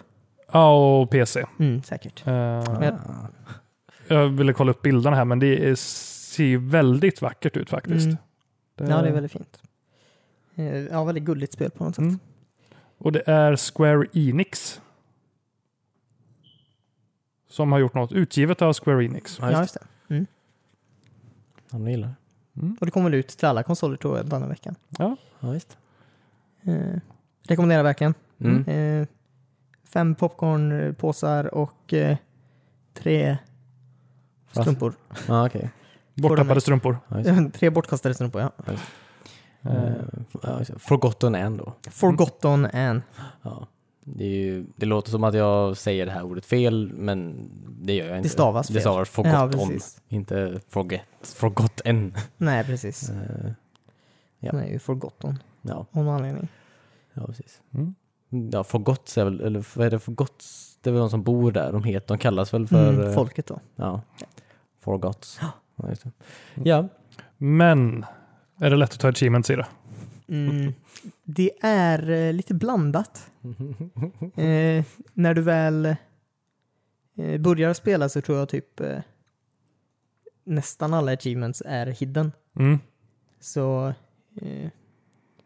S1: Ja, och PC.
S2: Mm, säkert.
S1: Ehm,
S2: Men-
S3: Ah.
S1: jag ville kolla upp bilderna här, men det är, ser ju väldigt vackert ut faktiskt.
S2: Mm. Ja, det är väldigt fint. Eh, Ja, väldigt gulligt spel på något sätt.
S1: Mm. Och det är Square Enix. Som har gjort något utgivet av Square Enix.
S2: ja,
S3: Ja, just
S2: just det.
S3: det. Han gillar det.
S1: Mm.
S2: Och det kommer väl ut till alla konsoler tror jag den här veckan.
S3: Ja, visst.
S2: Eh, rekommenderar verkligen.
S3: Mm.
S2: Eh, fem popcornpåsar och eh, tre
S3: Fast-
S2: strumpor. Eh,
S3: Ja, okej.
S1: Borttappade strumpor.
S3: Ja, just det.
S2: tre bortkastade strumpor,
S3: Mm.
S2: ja. Mm.
S1: Eh,
S3: Eh, ja, just det. Forgotten End då.
S2: Forgotten and...
S3: Ja. Det, är ju, det låter som att jag säger det här ordet fel, men det gör jag inte.
S2: Det stavas
S3: Det
S2: fel.
S3: stavas forgotten,
S2: precis.
S3: inte forget, forgotten.
S2: Nej, precis.
S3: Eh, Ja.
S2: Den är ju forgotten
S3: ja,
S2: av någon anledning.
S3: ja, precis.
S1: Mm.
S3: Ja, forgotts är väl, eller vad är det forgotts? Det är väl de som bor där, de heter, de kallas väl för...
S2: Mm,
S3: eh,
S2: folket då.
S3: Ja, forgotts. Ja, just det. Ja,
S1: Men är det lätt att ta achievements i det?
S2: Mm. Det är eh, lite blandat. Eh, när du väl eh, börjar spela så tror jag typ eh, nästan alla achievements är hidden.
S1: Mm.
S2: Så, eh,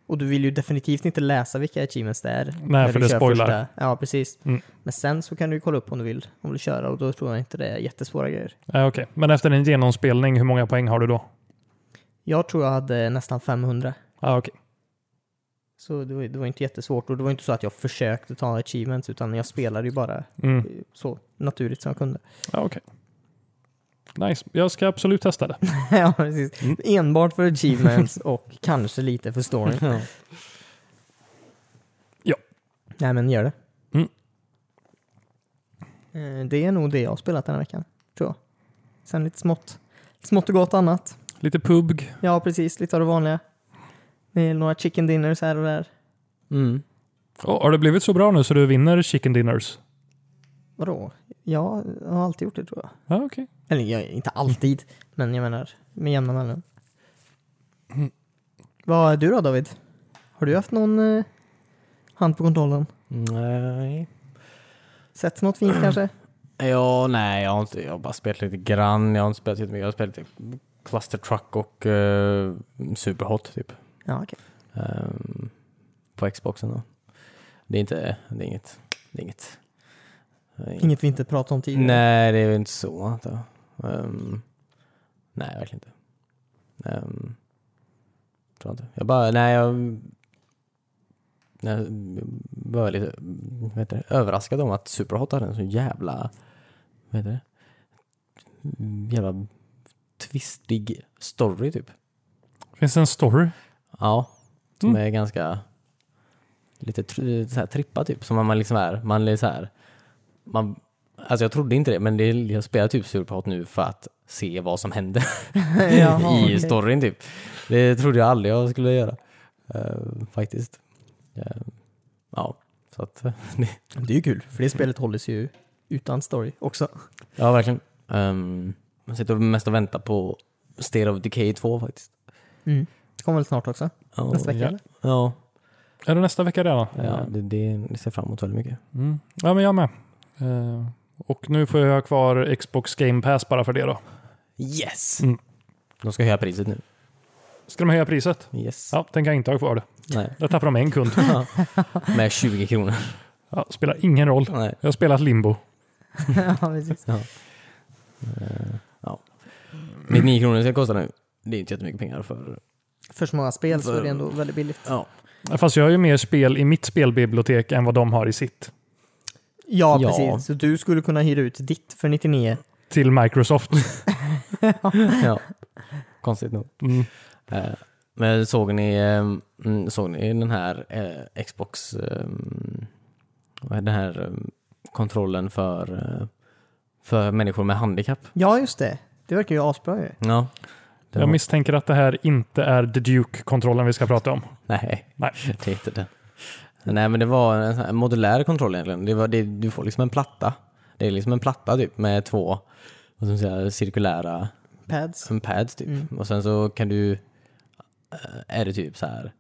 S2: och du vill ju definitivt inte läsa vilka achievements det är. när
S1: Nej,
S2: du
S1: för det
S2: kör
S1: spoilar.
S2: första- Ja, precis.
S1: Mm.
S2: Men sen så kan du ju kolla upp om du vill, om du vill köra och då tror jag inte det är jättesvåra grejer.
S1: Eh, okej. Men efter en genomspelning, hur många poäng har du då?
S2: Jag tror jag hade nästan 500.
S1: Ah, okej.
S2: Så det var, det var inte jättesvårt och det var inte så att jag försökte ta achievements utan jag spelade ju bara
S1: mm.
S2: eh, så naturligt som jag kunde.
S1: ah, okej. Nice. Jag ska absolut testa det.
S2: ja, precis.
S1: Mm.
S2: Enbart för achievements och kanske lite för storyn. Nej, men gör det.
S1: Mm.
S2: Eh, Det är nog det jag har spelat den här veckan, tror jag. Sen lite smått. Smått och gott annat.
S1: Lite PUBG.
S2: Ja, precis. Lite av det vanliga. Det är några chicken dinners här och där.
S3: Mm.
S1: Åh, har det blivit så bra nu så du vinner chicken dinners?
S2: Vadå? Ja, jag har alltid gjort det tror jag.
S1: Ja, okej.
S2: Eller jag, inte alltid, men jag menar med jämna mellanrum.
S1: Mm.
S2: Vad är du då David? Har du haft någon eh, hand på kontrollen?
S3: Nej.
S2: Sett något fint kanske?
S3: Ja, nej, jag har, inte, jag har bara spelat lite grann. Jag har inte spelat jättemycket. Jag har spelat lite Cluster Truck och eh, Superhot typ.
S2: Ja, okej.
S3: Ehm, på Xboxen då. Det är inte, det är inget, det är inget. det är
S2: Inget vi inte pratat om tidigare?
S3: Nej, det är väl inte så. antar jag. Ehm, nej, verkligen inte. Um, tror jag inte. Jag bara, nej, jag, nej, jag var lite vad heter det, överraskad om att Superhot hade en så jävla, vad heter det, jävla twistig story typ.
S1: Finns det en story?
S3: Ja, som
S1: Mm.
S3: är ganska lite tr- så här, trippa typ. Som man liksom är, man är så här, man, alltså jag trodde inte det, men det, är- jag spelar typ Superhot nu för att se vad som händer
S2: Jaha,
S3: i
S2: okej.
S3: storyn typ. Det trodde jag aldrig jag skulle göra, eh, faktiskt. Eh, ja, så att,
S2: Det är ju kul, för det spelet håller sig ju utan story också.
S3: ja verkligen. Um, jag sitter mest och väntar på State of Decay 2 faktiskt.
S2: Mm. Det kommer väl snart också?
S3: Ja,
S2: Nästa vecka
S1: ja.
S2: eller?
S3: Ja,
S1: Är det nästa vecka redan?
S3: ja det, det, det ser jag fram emot väldigt mycket.
S1: Mm. Ja, men jag med. Eh, och nu får jag ha kvar Xbox Game Pass bara för det då.
S3: Yes!
S1: Mm.
S3: De ska höja priset nu.
S1: Ska de höja priset?
S3: Yes.
S1: Ja, tänker jag inte ha kvar det.
S3: Nej.
S1: Där tappar de en kund.
S3: Med 20 kronor.
S1: Ja, spelar ingen roll.
S3: Nej.
S1: Jag har spelat limbo.
S2: ja, precis.
S3: Ja. 99 kronor ska det kosta nu. Det är inte jättemycket pengar för...
S2: För så många spel så är det ändå väldigt billigt.
S3: Ja,
S1: Fast jag har ju mer spel i mitt spelbibliotek än vad de har i sitt.
S2: Ja,
S3: Ja.
S2: precis. Så du skulle kunna hyra ut ditt för 99.
S1: Till Microsoft.
S3: ja. konstigt nog.
S1: Mm.
S3: Eh, Men såg ni, ehm, mm, såg ni den här eh, Xbox... ehm, Vad är den här ehm, kontrollen för, eh, för människor med handikapp?
S2: Ja, just det. Det verkar ju asbra ju.
S3: Ja.
S1: Jag
S3: Den var-
S1: misstänker att det här inte är The Duke-kontrollen vi ska prata om.
S3: Nej.
S1: Nej.
S3: Det är inte den. Nej men det var en sån här modulär kontroll egentligen. Det var, det, du får liksom en platta. Det är liksom en platta typ med två vad ska man säga, cirkulära
S2: Pads.
S3: pads typ.
S2: Mm.
S3: Och sen så kan du, eh, är det typ så här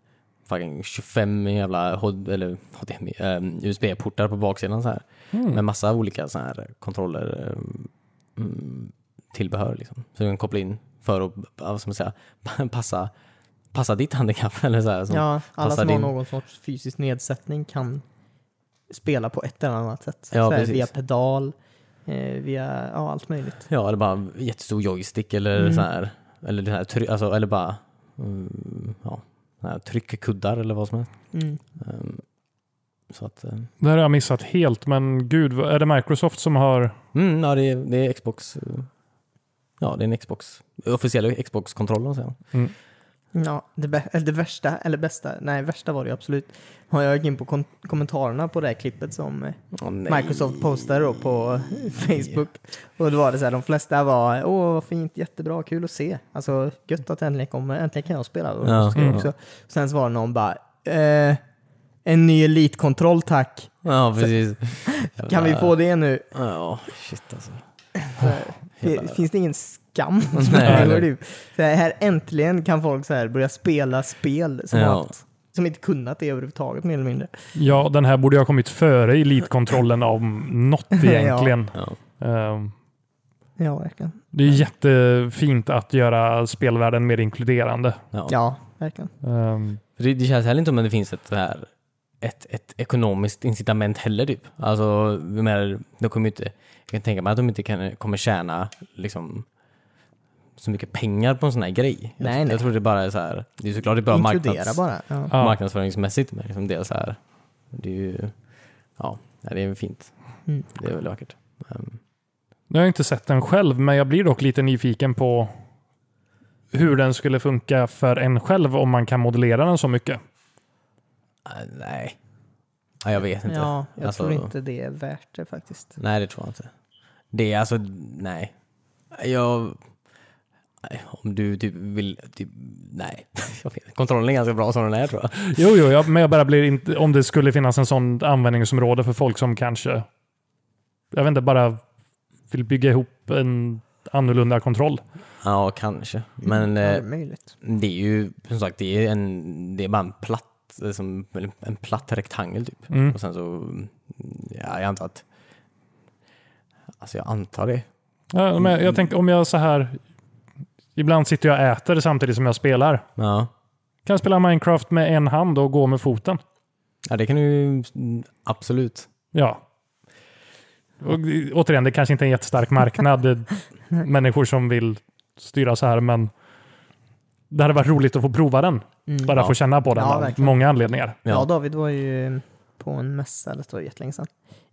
S3: fucking 25 jävla hod- eller HDMI, eh, USB-portar på baksidan så här.
S1: Mm.
S3: Med massa olika så här kontroller, eh, mm, tillbehör liksom. Så du kan koppla in för att, vad ska man säga, passa, passa ditt handikapp eller så här. Som,
S2: Ja, alla
S3: Alltså, passar
S2: som har
S3: din-
S2: någon sorts fysisk nedsättning kan spela på ett eller annat sätt.
S3: Ja,
S2: så här,
S3: precis.
S2: via pedal, eh, via ja, allt möjligt.
S3: Ja, eller bara jättestor joystick eller
S2: Mm.
S3: så här. Eller, det här, try- alltså, eller bara mm, ja, såna här tryckkuddar eller vad som helst.
S2: Mm.
S3: Ehm, så att, eh,
S1: Det här har jag missat helt, men gud, vad- är det Microsoft som har...
S3: mm, ja, det, är, det är Xbox. eh, Ja, det är en Xbox. Officiella Xbox-kontrollen säger
S2: Ja, det, bä- eller det värsta, eller bästa, nej värsta var det ju absolut. Har jag gick in på kon- kommentarerna på det här klippet som eh,
S3: oh,
S2: Microsoft postade då på Facebook. Och då var det så här, de flesta var åh vad fint, jättebra, kul att se. Alltså gött att äntligen kommer, äntligen kan jag spela. Och
S3: Ja.
S2: så skrev jag
S3: Mm.
S2: också. Sen så var det någon bara, eh, en ny elitkontroll tack.
S3: Ja, precis.
S2: Kan vi få det nu?
S3: Ja, shit alltså.
S2: Så här,
S3: Jävla-
S2: det- Finns det ingen skam? som
S3: Nej,
S2: människor,
S3: eller-
S2: typ? så här, här äntligen kan folk så här börja spela spel som,
S3: Ja.
S2: har haft, som inte kunnat det överhuvudtaget mer eller mindre.
S1: Ja, den här borde ju ha kommit före elitkontrollen om något egentligen.
S3: Ja.
S1: Ehm,
S2: Ja, verkligen.
S1: Det är jättefint att göra spelvärlden mer inkluderande.
S3: Ja.
S2: Ja, verkligen.
S1: Ehm,
S3: För Det, det känns heller inte som att det finns ett, så här, ett, ett ekonomiskt incitament heller. Typ. Alltså, jag menar, de kommer ju inte, jag kan tänka mig att de inte kan, kommer tjäna liksom, så mycket pengar på en sån här grej. jag,
S2: Nej,
S3: jag
S2: nej.
S3: tror det bara är så här, det är såklart det är bra
S2: Inkludera
S3: marknads,
S2: bara. Ja.
S1: Ja.
S3: marknadsföringsmässigt, men liksom det är så här, det är ju, ja, nej, det är fint.
S2: Mm.
S3: Det är väldigt vackert. Um,
S1: Nu har jag inte sett den själv, men jag blir dock lite nyfiken på hur den skulle funka för en själv om man kan modellera den så mycket.
S3: eh, nej, Ja, jag vet inte.
S2: Ja, jag
S3: Alltså-
S2: tror inte det är värt det faktiskt.
S3: Nej, det tror jag inte. Det är alltså, nej. Jag... nej, Om du typ vill, typ, nej. Jag vet. Kontrollen är ganska bra som den är tror jag.
S1: Jo, jo, jag, men jag bara blir inte, om det skulle finnas en sån användningsområde för folk som kanske, jag vet inte, bara vill bygga ihop en annorlunda kontroll.
S3: Ja, kanske. Men
S2: Ja, det
S3: eh,
S2: är möjligt.
S3: det är ju, som sagt, det är, en, det är bara en platt, eh, som, eller en platt rektangel typ.
S1: Mm.
S3: Och sen så, mm, ja, jag antar att, alltså jag antar det.
S1: Ja, men jag tänker om jag så här, ibland sitter jag och äter samtidigt som jag spelar.
S3: Ja,
S1: Kan jag spela Minecraft med en hand och gå med foten.
S3: ja det kan du ju, mm, absolut.
S1: Ja. Och, eh, återigen, det kanske inte är en jättestark marknad. Det är människor som vill styra så här, men det hade varit roligt att få prova den.
S2: Mm.
S1: Bara
S3: Ja.
S1: få känna på den
S2: Ja,
S1: av
S2: verkligen.
S1: många anledningar.
S3: Ja.
S2: Ja. David var ju på en mässa, det var jättelänge sedan,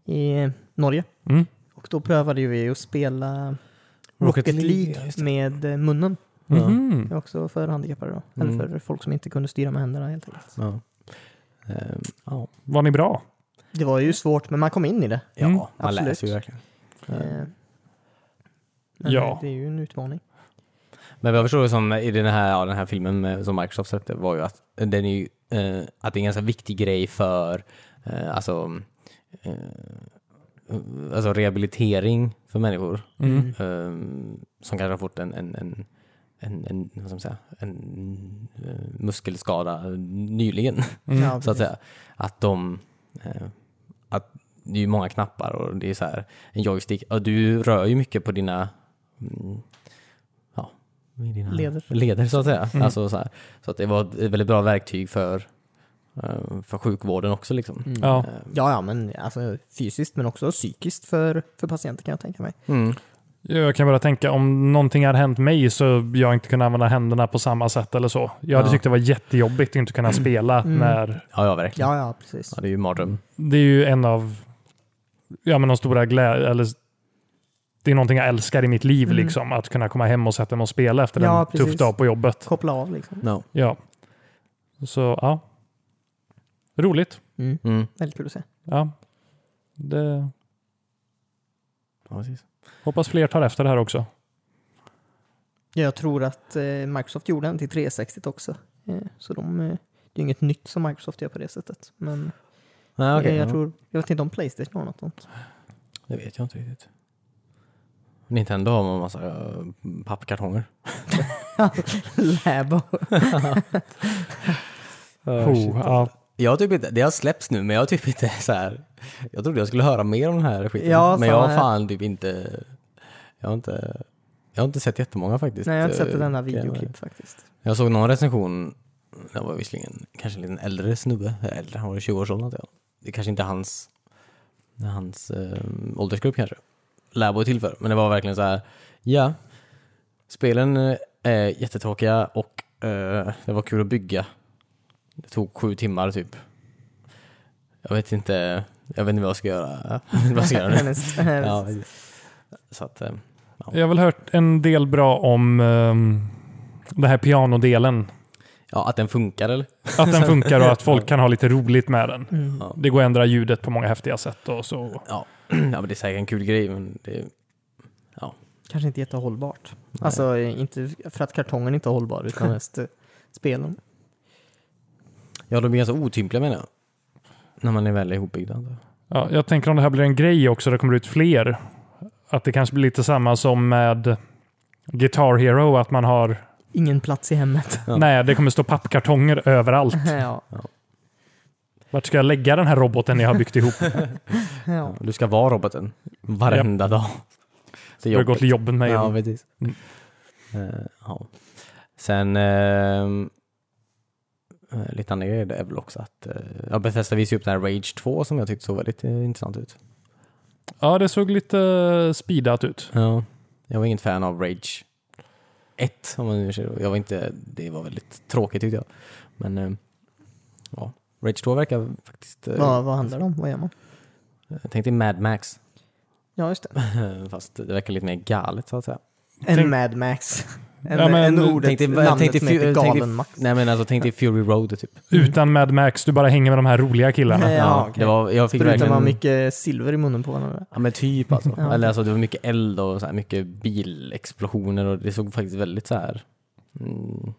S2: i Norge.
S1: Mm.
S2: Och då prövade ju vi att spela
S3: Rocket
S2: Rocket
S3: League,
S2: League
S3: ja, just det.
S2: med eh, munnen.
S3: Ja.
S1: Mhm.
S2: Det var också för handikappade då.
S3: Mm.
S2: Eller för folk som inte kunde styra med händerna helt enkelt.
S3: Ja. Ehm, ja.
S1: Var ni bra?
S2: Det var ju svårt, men man kom in i det.
S3: Ja,
S1: Mm,
S3: man
S2: absolut.
S3: läser ju verkligen.
S2: Eh, Men
S1: Ja.
S2: det är ju en utmaning.
S3: Men vad jag förstår det som i den här, ja, den här filmen med, som Microsoft släppte var ju att den är ju, eh, att det är en ganska viktig grej för eh, alltså, eh, alltså rehabilitering för människor
S1: Mm.
S3: eh, som kanske har fått en, en, en en, en, vad ska man säga, en eh, muskelskada nyligen,
S1: Mm.
S2: Ja,
S3: så
S2: precis.
S3: att säga. Att de, eh, att det är ju många knappar och det är så här, en joystick, och du rör ju mycket på dina, mm, ja, i dina
S2: Leder.
S3: leder så att säga.
S1: Mm.
S3: Alltså, så här. så att det var ett väldigt bra verktyg för, eh, för sjukvården också. Liksom.
S2: Mm.
S1: Ja.
S3: Eh,
S2: Ja, ja, men alltså, fysiskt men också psykiskt för, för patienter kan jag tänka mig.
S3: Mm.
S1: Jag kan bara tänka om någonting hade hänt mig så jag inte kunde använda händerna på samma sätt eller så. Jag hade
S3: Ja.
S1: tyckt det var jättejobbigt att inte kunna spela
S2: Mm.
S1: när
S3: Ja, ja, verkligen. Ja.
S2: Ja, ja, precis.
S3: det är ju mardröm.
S1: det är ju en av ja, men de stora glädje, eller det är någonting jag älskar i mitt liv,
S2: Mm.
S1: liksom, att kunna komma hem och sätta mig och spela efter
S2: Ja,
S1: en
S2: precis.
S1: tuff dag på jobbet.
S2: Koppla av liksom.
S3: No.
S1: Ja. Så ja, roligt.
S2: Mm.
S3: Mm.
S2: Väldigt kul att se.
S1: Ja. Det,
S3: Ja, precis.
S1: hoppas fler tar efter det här också.
S2: Ja, Jag tror att eh, Microsoft gjorde den till 360 också. Eh, så de, eh, det är inget nytt som Microsoft gör på det sättet. Men
S3: Nej, okej,
S2: eh, jag,
S3: ja.
S2: tror, jag vet inte om Playstation har något sånt.
S3: Det vet jag inte riktigt. Nintendo har en massa eh, pappkartonger.
S2: Labo.
S1: oh, ja.
S3: Jag har typ inte, det har släppts nu men jag har typ inte så här. Jag trodde jag skulle höra mer om den här skiten.
S2: Ja,
S3: men jag har
S2: samma här.
S3: fan typ inte, jag har inte, jag har inte sett jättemånga faktiskt.
S2: Nej, jag har inte sett
S3: eh,
S2: ett enda
S3: grejer.
S2: videoklipp faktiskt.
S3: Jag såg någon recension, det var visserligen kanske en liten äldre snubbe, eller äldre, han var i 20-årsåldern antar jag. Det kanske inte är hans, det är hans eh, åldersgrupp kanske. Labo är till för, men det var verkligen så här, ja, spelen eh, är jättetråkiga och eh, det var kul att bygga. Det tog sju timmar typ. Jag vet inte, jag vet inte vad jag ska göra, jag vet inte vad jag ska göra nu.
S2: Hennes- hennes-
S3: Ja, så att, eh,
S1: Jag har väl hört en del bra om um, det här pianodelen.
S3: ja, att den funkar eller?
S1: Att den funkar och att folk kan ha lite roligt med den.
S2: Mm.
S3: Ja.
S1: Det går att ändra ljudet på många häftiga sätt och så.
S3: Ja, ja men det är säkert en kul grej men det är,
S2: Kanske inte jättehållbart. Alltså eh, inte för att kartongen inte är hållbar utan mest eh, spelen.
S3: Ja, de är ganska otympliga menar jag. När man är väl ihopbyggda. antar jag.
S1: Ja, jag tänker om det här blir en grej också, det kommer ut fler. Att det kanske blir lite samma som med Guitar Hero, att man har...
S2: Ingen plats i hemmet.
S3: Ja.
S1: Nej, det kommer stå pappkartonger överallt.
S2: ja.
S1: Vart ska jag lägga den här roboten jag har byggt ihop?
S2: Ja.
S3: Du ska vara roboten varenda dag. Det är
S1: Jag har gått
S3: jobbigt.
S1: till jobbet med.
S3: Ja, precis.
S1: Mm.
S3: Eh, ja. Sen ehm, eh, lite andra grejer det är väl också att eh, ja, Bethesda visade ju upp den här Rage 2 som jag tyckte såg väldigt eh, intressant ut.
S1: ja, det såg lite speedat ut.
S3: Ja. Jag var inget fan av Rage 1 om man nu säger. Jag var inte, det var väldigt tråkigt tyckte jag. Men eh, ja, Rage 2 verkar faktiskt... eh,
S2: Vad, vad handlar det om? Vad gör man?
S3: Jag tänkte Mad Max.
S2: Ja, just det.
S3: Fast det verkar lite mer galet så att säga.
S2: En
S1: Tänk-
S2: Mad Max. En,
S1: Ja, men
S2: en
S1: nu-
S2: ordet,
S3: Tänk dig-
S2: namnet
S3: tänk dig
S2: som heter
S3: Fu- tänk dig-
S2: Galen Max.
S3: Nej men alltså tänk dig Fury Road typ.
S1: Utan Mad Max, du bara hänger med de här roliga killarna.
S2: Ja,
S3: Ja,
S2: okej.
S3: det var, jag fick
S2: Förutom att ha
S3: verkligen...
S2: mycket silver i munnen på varandra.
S3: Ja men typ alltså.
S2: Ja.
S3: Eller alltså det var mycket eld och så här, mycket bilexplosioner och det såg faktiskt väldigt så här. Mm,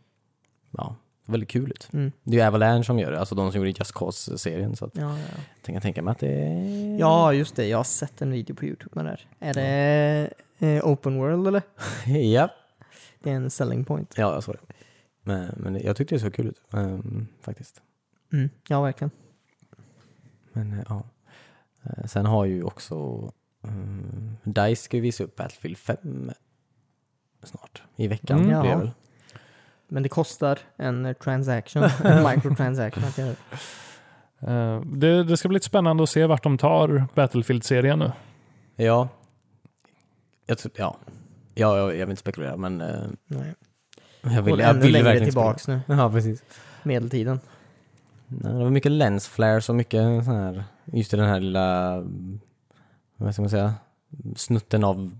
S3: ja, väldigt kul ut.
S2: Mm.
S3: Det är ju Avalanche som gör det, alltså de som gjorde Just Cause-serien så att
S2: Ja, ja.
S3: jag kan tänka mig att det är...
S2: ja, just det. Jag har sett en video på YouTube med det här. Är det eh, open world eller?
S3: ja.
S2: Det är en selling point.
S3: Ja, jag såg det. Men, men jag tyckte det såg kul ut ehm, faktiskt.
S2: Mm. Ja, verkligen.
S3: Men eh, ja. Eh, Sen har ju också um, DICE ska ju visa upp Battlefield 5 snart. I veckan
S1: Mm.
S3: blir det
S2: Ja.
S3: väl.
S2: Men det kostar en eh, transaction, en microtransaction att göra det.
S1: Eh, Det, det ska bli lite spännande att se vart de tar Battlefield-serien nu.
S3: Ja. Jag tror, ja. Ja, jag, jag vill inte spekulera men eh,
S2: Nej.
S3: jag vill,
S2: Går
S3: jag
S2: ännu
S3: vill
S2: längre
S3: verkligen
S2: tillbaks nu,
S3: spekulera. Ja, precis.
S2: medeltiden.
S3: Nej, det var mycket lens flares och mycket sån här, just i den här lilla, mm, vad ska man säga, snutten av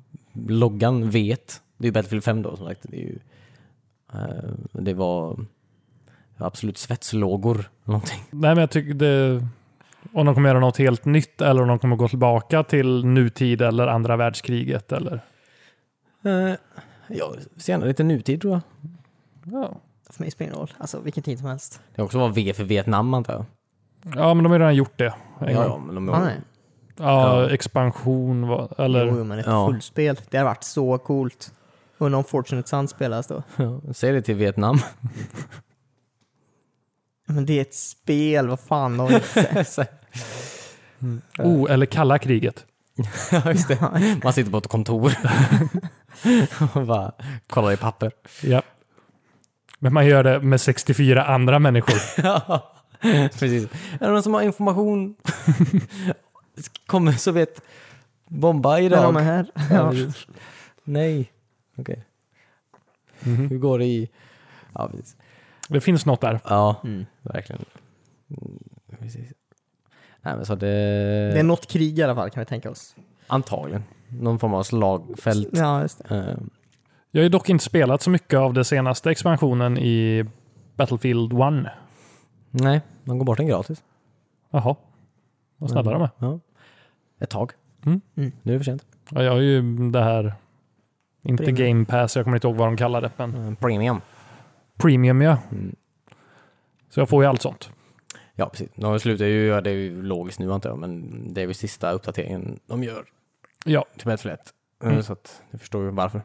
S3: loggan, vet. Det är ju Battlefield 5 då som sagt. Det, är ju, eh, det var absolut svetslågor eller någonting.
S1: Nej, men jag tycker det... Om de kommer göra något helt nytt eller om de kommer gå tillbaka till nutid eller andra världskriget. Eller,
S3: Uh, ja, senare lite nutid tror jag.
S1: ja.
S2: För mig spelar det ingen roll. Alltså vilken tid som helst.
S3: Det kan också vara V för Vietnam antar jag.
S1: ja, men de har ju redan gjort det. En
S3: Ja,
S1: gång.
S3: ja, men de,
S2: Ah, nej.
S1: Ja,
S3: Ja.
S1: expansion var, eller...
S2: Jo, men ett
S3: Ja.
S2: fullspel. Det har varit så coolt. Undrar om Fortunate Sun spelas då.
S3: ja, säg det till Vietnam.
S2: Men det är ett spel, vad fan. Har vi sett?
S1: Oh, eller kalla kriget.
S3: ja, just det. Man sitter på ett kontor och bara kollar i papper.
S1: Ja. Men man gör det med 64 andra människor.
S3: Ja, precis. Är det någon som har information? Kommer Sovjet bomba
S2: När de
S3: idag?
S2: är här.
S3: Ja,
S2: Ja.
S3: precis. Nej. Okej. Hur går det i... Ja, precis.
S1: Det finns något där.
S3: Ja,
S2: Mm.
S3: verkligen. Mm, Precis. Nej, men så det...
S2: Det är något krig i alla fall kan vi tänka oss.
S3: Eh. Antagligen. Någon form av slagfält.
S2: Ja, just det.
S3: Eh,
S1: Jag har ju dock inte spelat så mycket av den senaste expansionen i Battlefield 1.
S3: nej, de går bort den gratis.
S1: Jaha. Vad snälla de är.
S3: Ja. Ett tag.
S1: Mm.
S2: Mm.
S3: Nu är det för sent.
S1: Ja, jag har ju det här... Inte
S2: Premium.
S1: Game Pass, jag kommer inte ihåg vad de kallar det. Men
S3: Eh, Premium.
S1: Premium ja.
S3: Mm.
S1: Så jag får ju allt sånt.
S3: Ja, precis. De slutar ju göra det är ju logiskt nu antar jag, men det är väl sista uppdateringen de gör
S1: Ja,
S3: till Battlefield 1.
S1: Mm.
S3: Eh, Så att du förstår ju varför.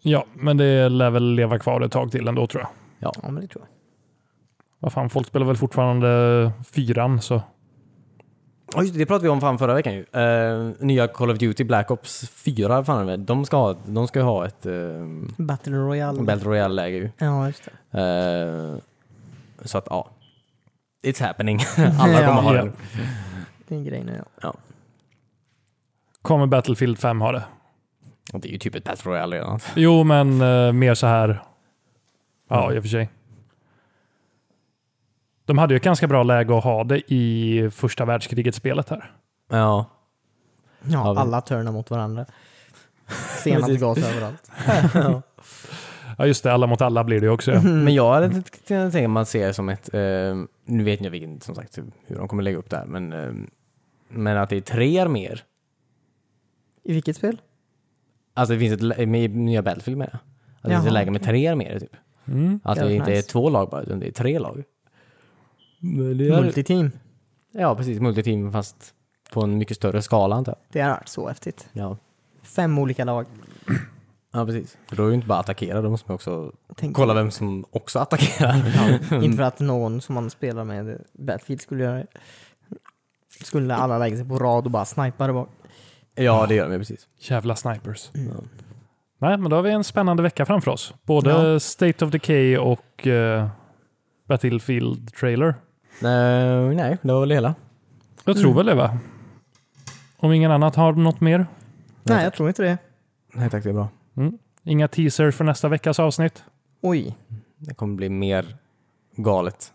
S1: ja men det lär väl leva kvar ett tag till ändå tror jag.
S2: Ja, men det tror jag.
S1: Vad fan, folk spelar väl fortfarande fyran så...
S3: Ja, just det, det pratade vi om fan förra veckan ju. Eh, nya Call of Duty Black Ops 4, fan är det? de ska ha, de ska ha ett uh,
S1: Mm.
S2: Battle Royale.
S3: Battle Royale-läge ju.
S2: ja, just det.
S3: Eh, så att ja, it's happening. Alla kommer
S2: Ja.
S3: ha
S1: Ja.
S3: den.
S2: Det är en grej nu ja.
S1: Kommer Battlefield 5 ha det?
S3: Och Det är ju typ ett Battle Royale redan.
S1: Jo, men eh, mer så här. Ja, i och för sig. De hade ju ett ganska bra läge att ha det i första världskriget-spelet här.
S3: Ja,
S2: Ja,
S3: vi-
S2: alla turnar mot varandra. Senapsgas överallt.
S1: Ja, just det. Alla mot alla blir det ju också. Ja.
S2: Mm.
S3: Men jag hade inte kunnat tänka mig att se det som ett, eh, nu vet jag vilken, som sagt hur de kommer lägga upp det här, men, eh, men att det är tre arméer.
S2: I vilket spel?
S3: Alltså det finns ett, lä- med nya Battlefield med det. Att det finns ett
S2: Jaha.
S3: läge med tre arméer typ.
S1: Mm.
S3: Att det
S2: Jävligt
S3: inte är
S2: nice.
S3: två lag bara, utan det är tre lag. Men det är,
S2: Multiteam.
S3: ja precis, multiteam fast på en mycket större skala antar jag.
S2: Det har varit så häftigt.
S3: Ja.
S2: Fem olika lag.
S3: ja, precis. För då är det ju inte bara att attackera, då måste man också
S2: Tänk
S3: kolla vem Mm. som också attackerar.
S2: Ja, inte för att någon som man spelar med Battlefield skulle göra det. Skulle alla lägga sig på rad och bara snipa där bak.
S3: ja, det gör de ju precis.
S1: Jävla snipers.
S2: Mm.
S3: Ja.
S1: Nej, men då har vi en spännande vecka framför oss. Både
S2: Ja.
S1: State of Decay och eh, Battlefield Trailer.
S3: Eh, nej, det var väl det hela.
S1: Jag tror väl det, va? Om ingen annat har något mer.
S2: Nej, jag tror inte det.
S3: Nej tack, det är bra.
S1: Inga teaser för nästa veckas avsnitt.
S2: Oj,
S3: Det kommer bli mer galet.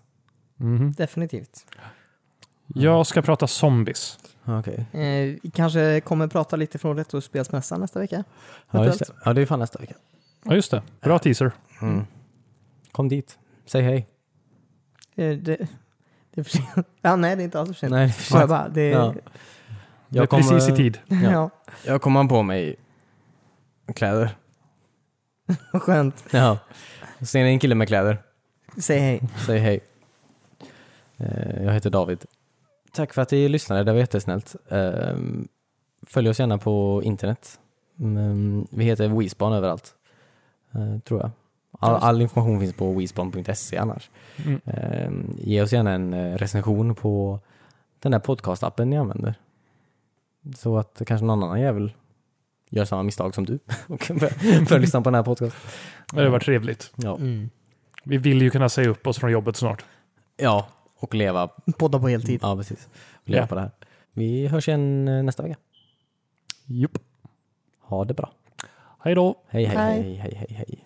S1: Mhm.
S2: definitivt.
S1: Jag ska prata zombies.
S3: Okej.
S2: Eh, vi kanske kommer prata lite från Retrospelsmässan nästa vecka.
S3: Ja, just det. Ja, det är fan nästa vecka.
S1: Ja, just det. Bra teaser.
S3: Mm. Kom dit. Säg hej.
S2: Eh, Det, det är för sent. Ja, nej, det är inte alls för sent.
S3: Nej,
S2: Ja, jag bara, det,
S3: Typ. Ja.
S2: ja.
S1: Det är precis i tid.
S3: Ja. Jag kommer ha på mig kläder.
S2: skönt.
S3: Ja. Ser ni en kille med kläder?
S2: Säg hej.
S3: Säg hej. Eh, Jag heter David. Tack för att ni lyssnade, det var jättesnällt. Eh, Följ oss gärna på internet. Mm, Vi heter WeSpan överallt, eh, tror jag. All, all information finns på WeSpan.se annars.
S1: Mm.
S3: Eh, Ge oss gärna en eh, recension på den där podcastappen ni använder. Så att kanske någon annan jävel gör samma misstag som du och börjar börjar lyssna på den här podcasten.
S1: Det hade varit trevligt.
S3: Ja.
S1: Vi vill ju kunna säga upp oss från jobbet snart.
S3: ja, och leva
S2: Podda på heltid.
S3: Ja, precis. Vi lever
S1: Ja.
S3: på det här. Vi hörs igen eh, nästa vecka.
S1: Jupp.
S3: Ha det bra.
S1: Hej då.
S3: Hej, hej,
S2: Hej.
S3: hej, hej, hej, hej.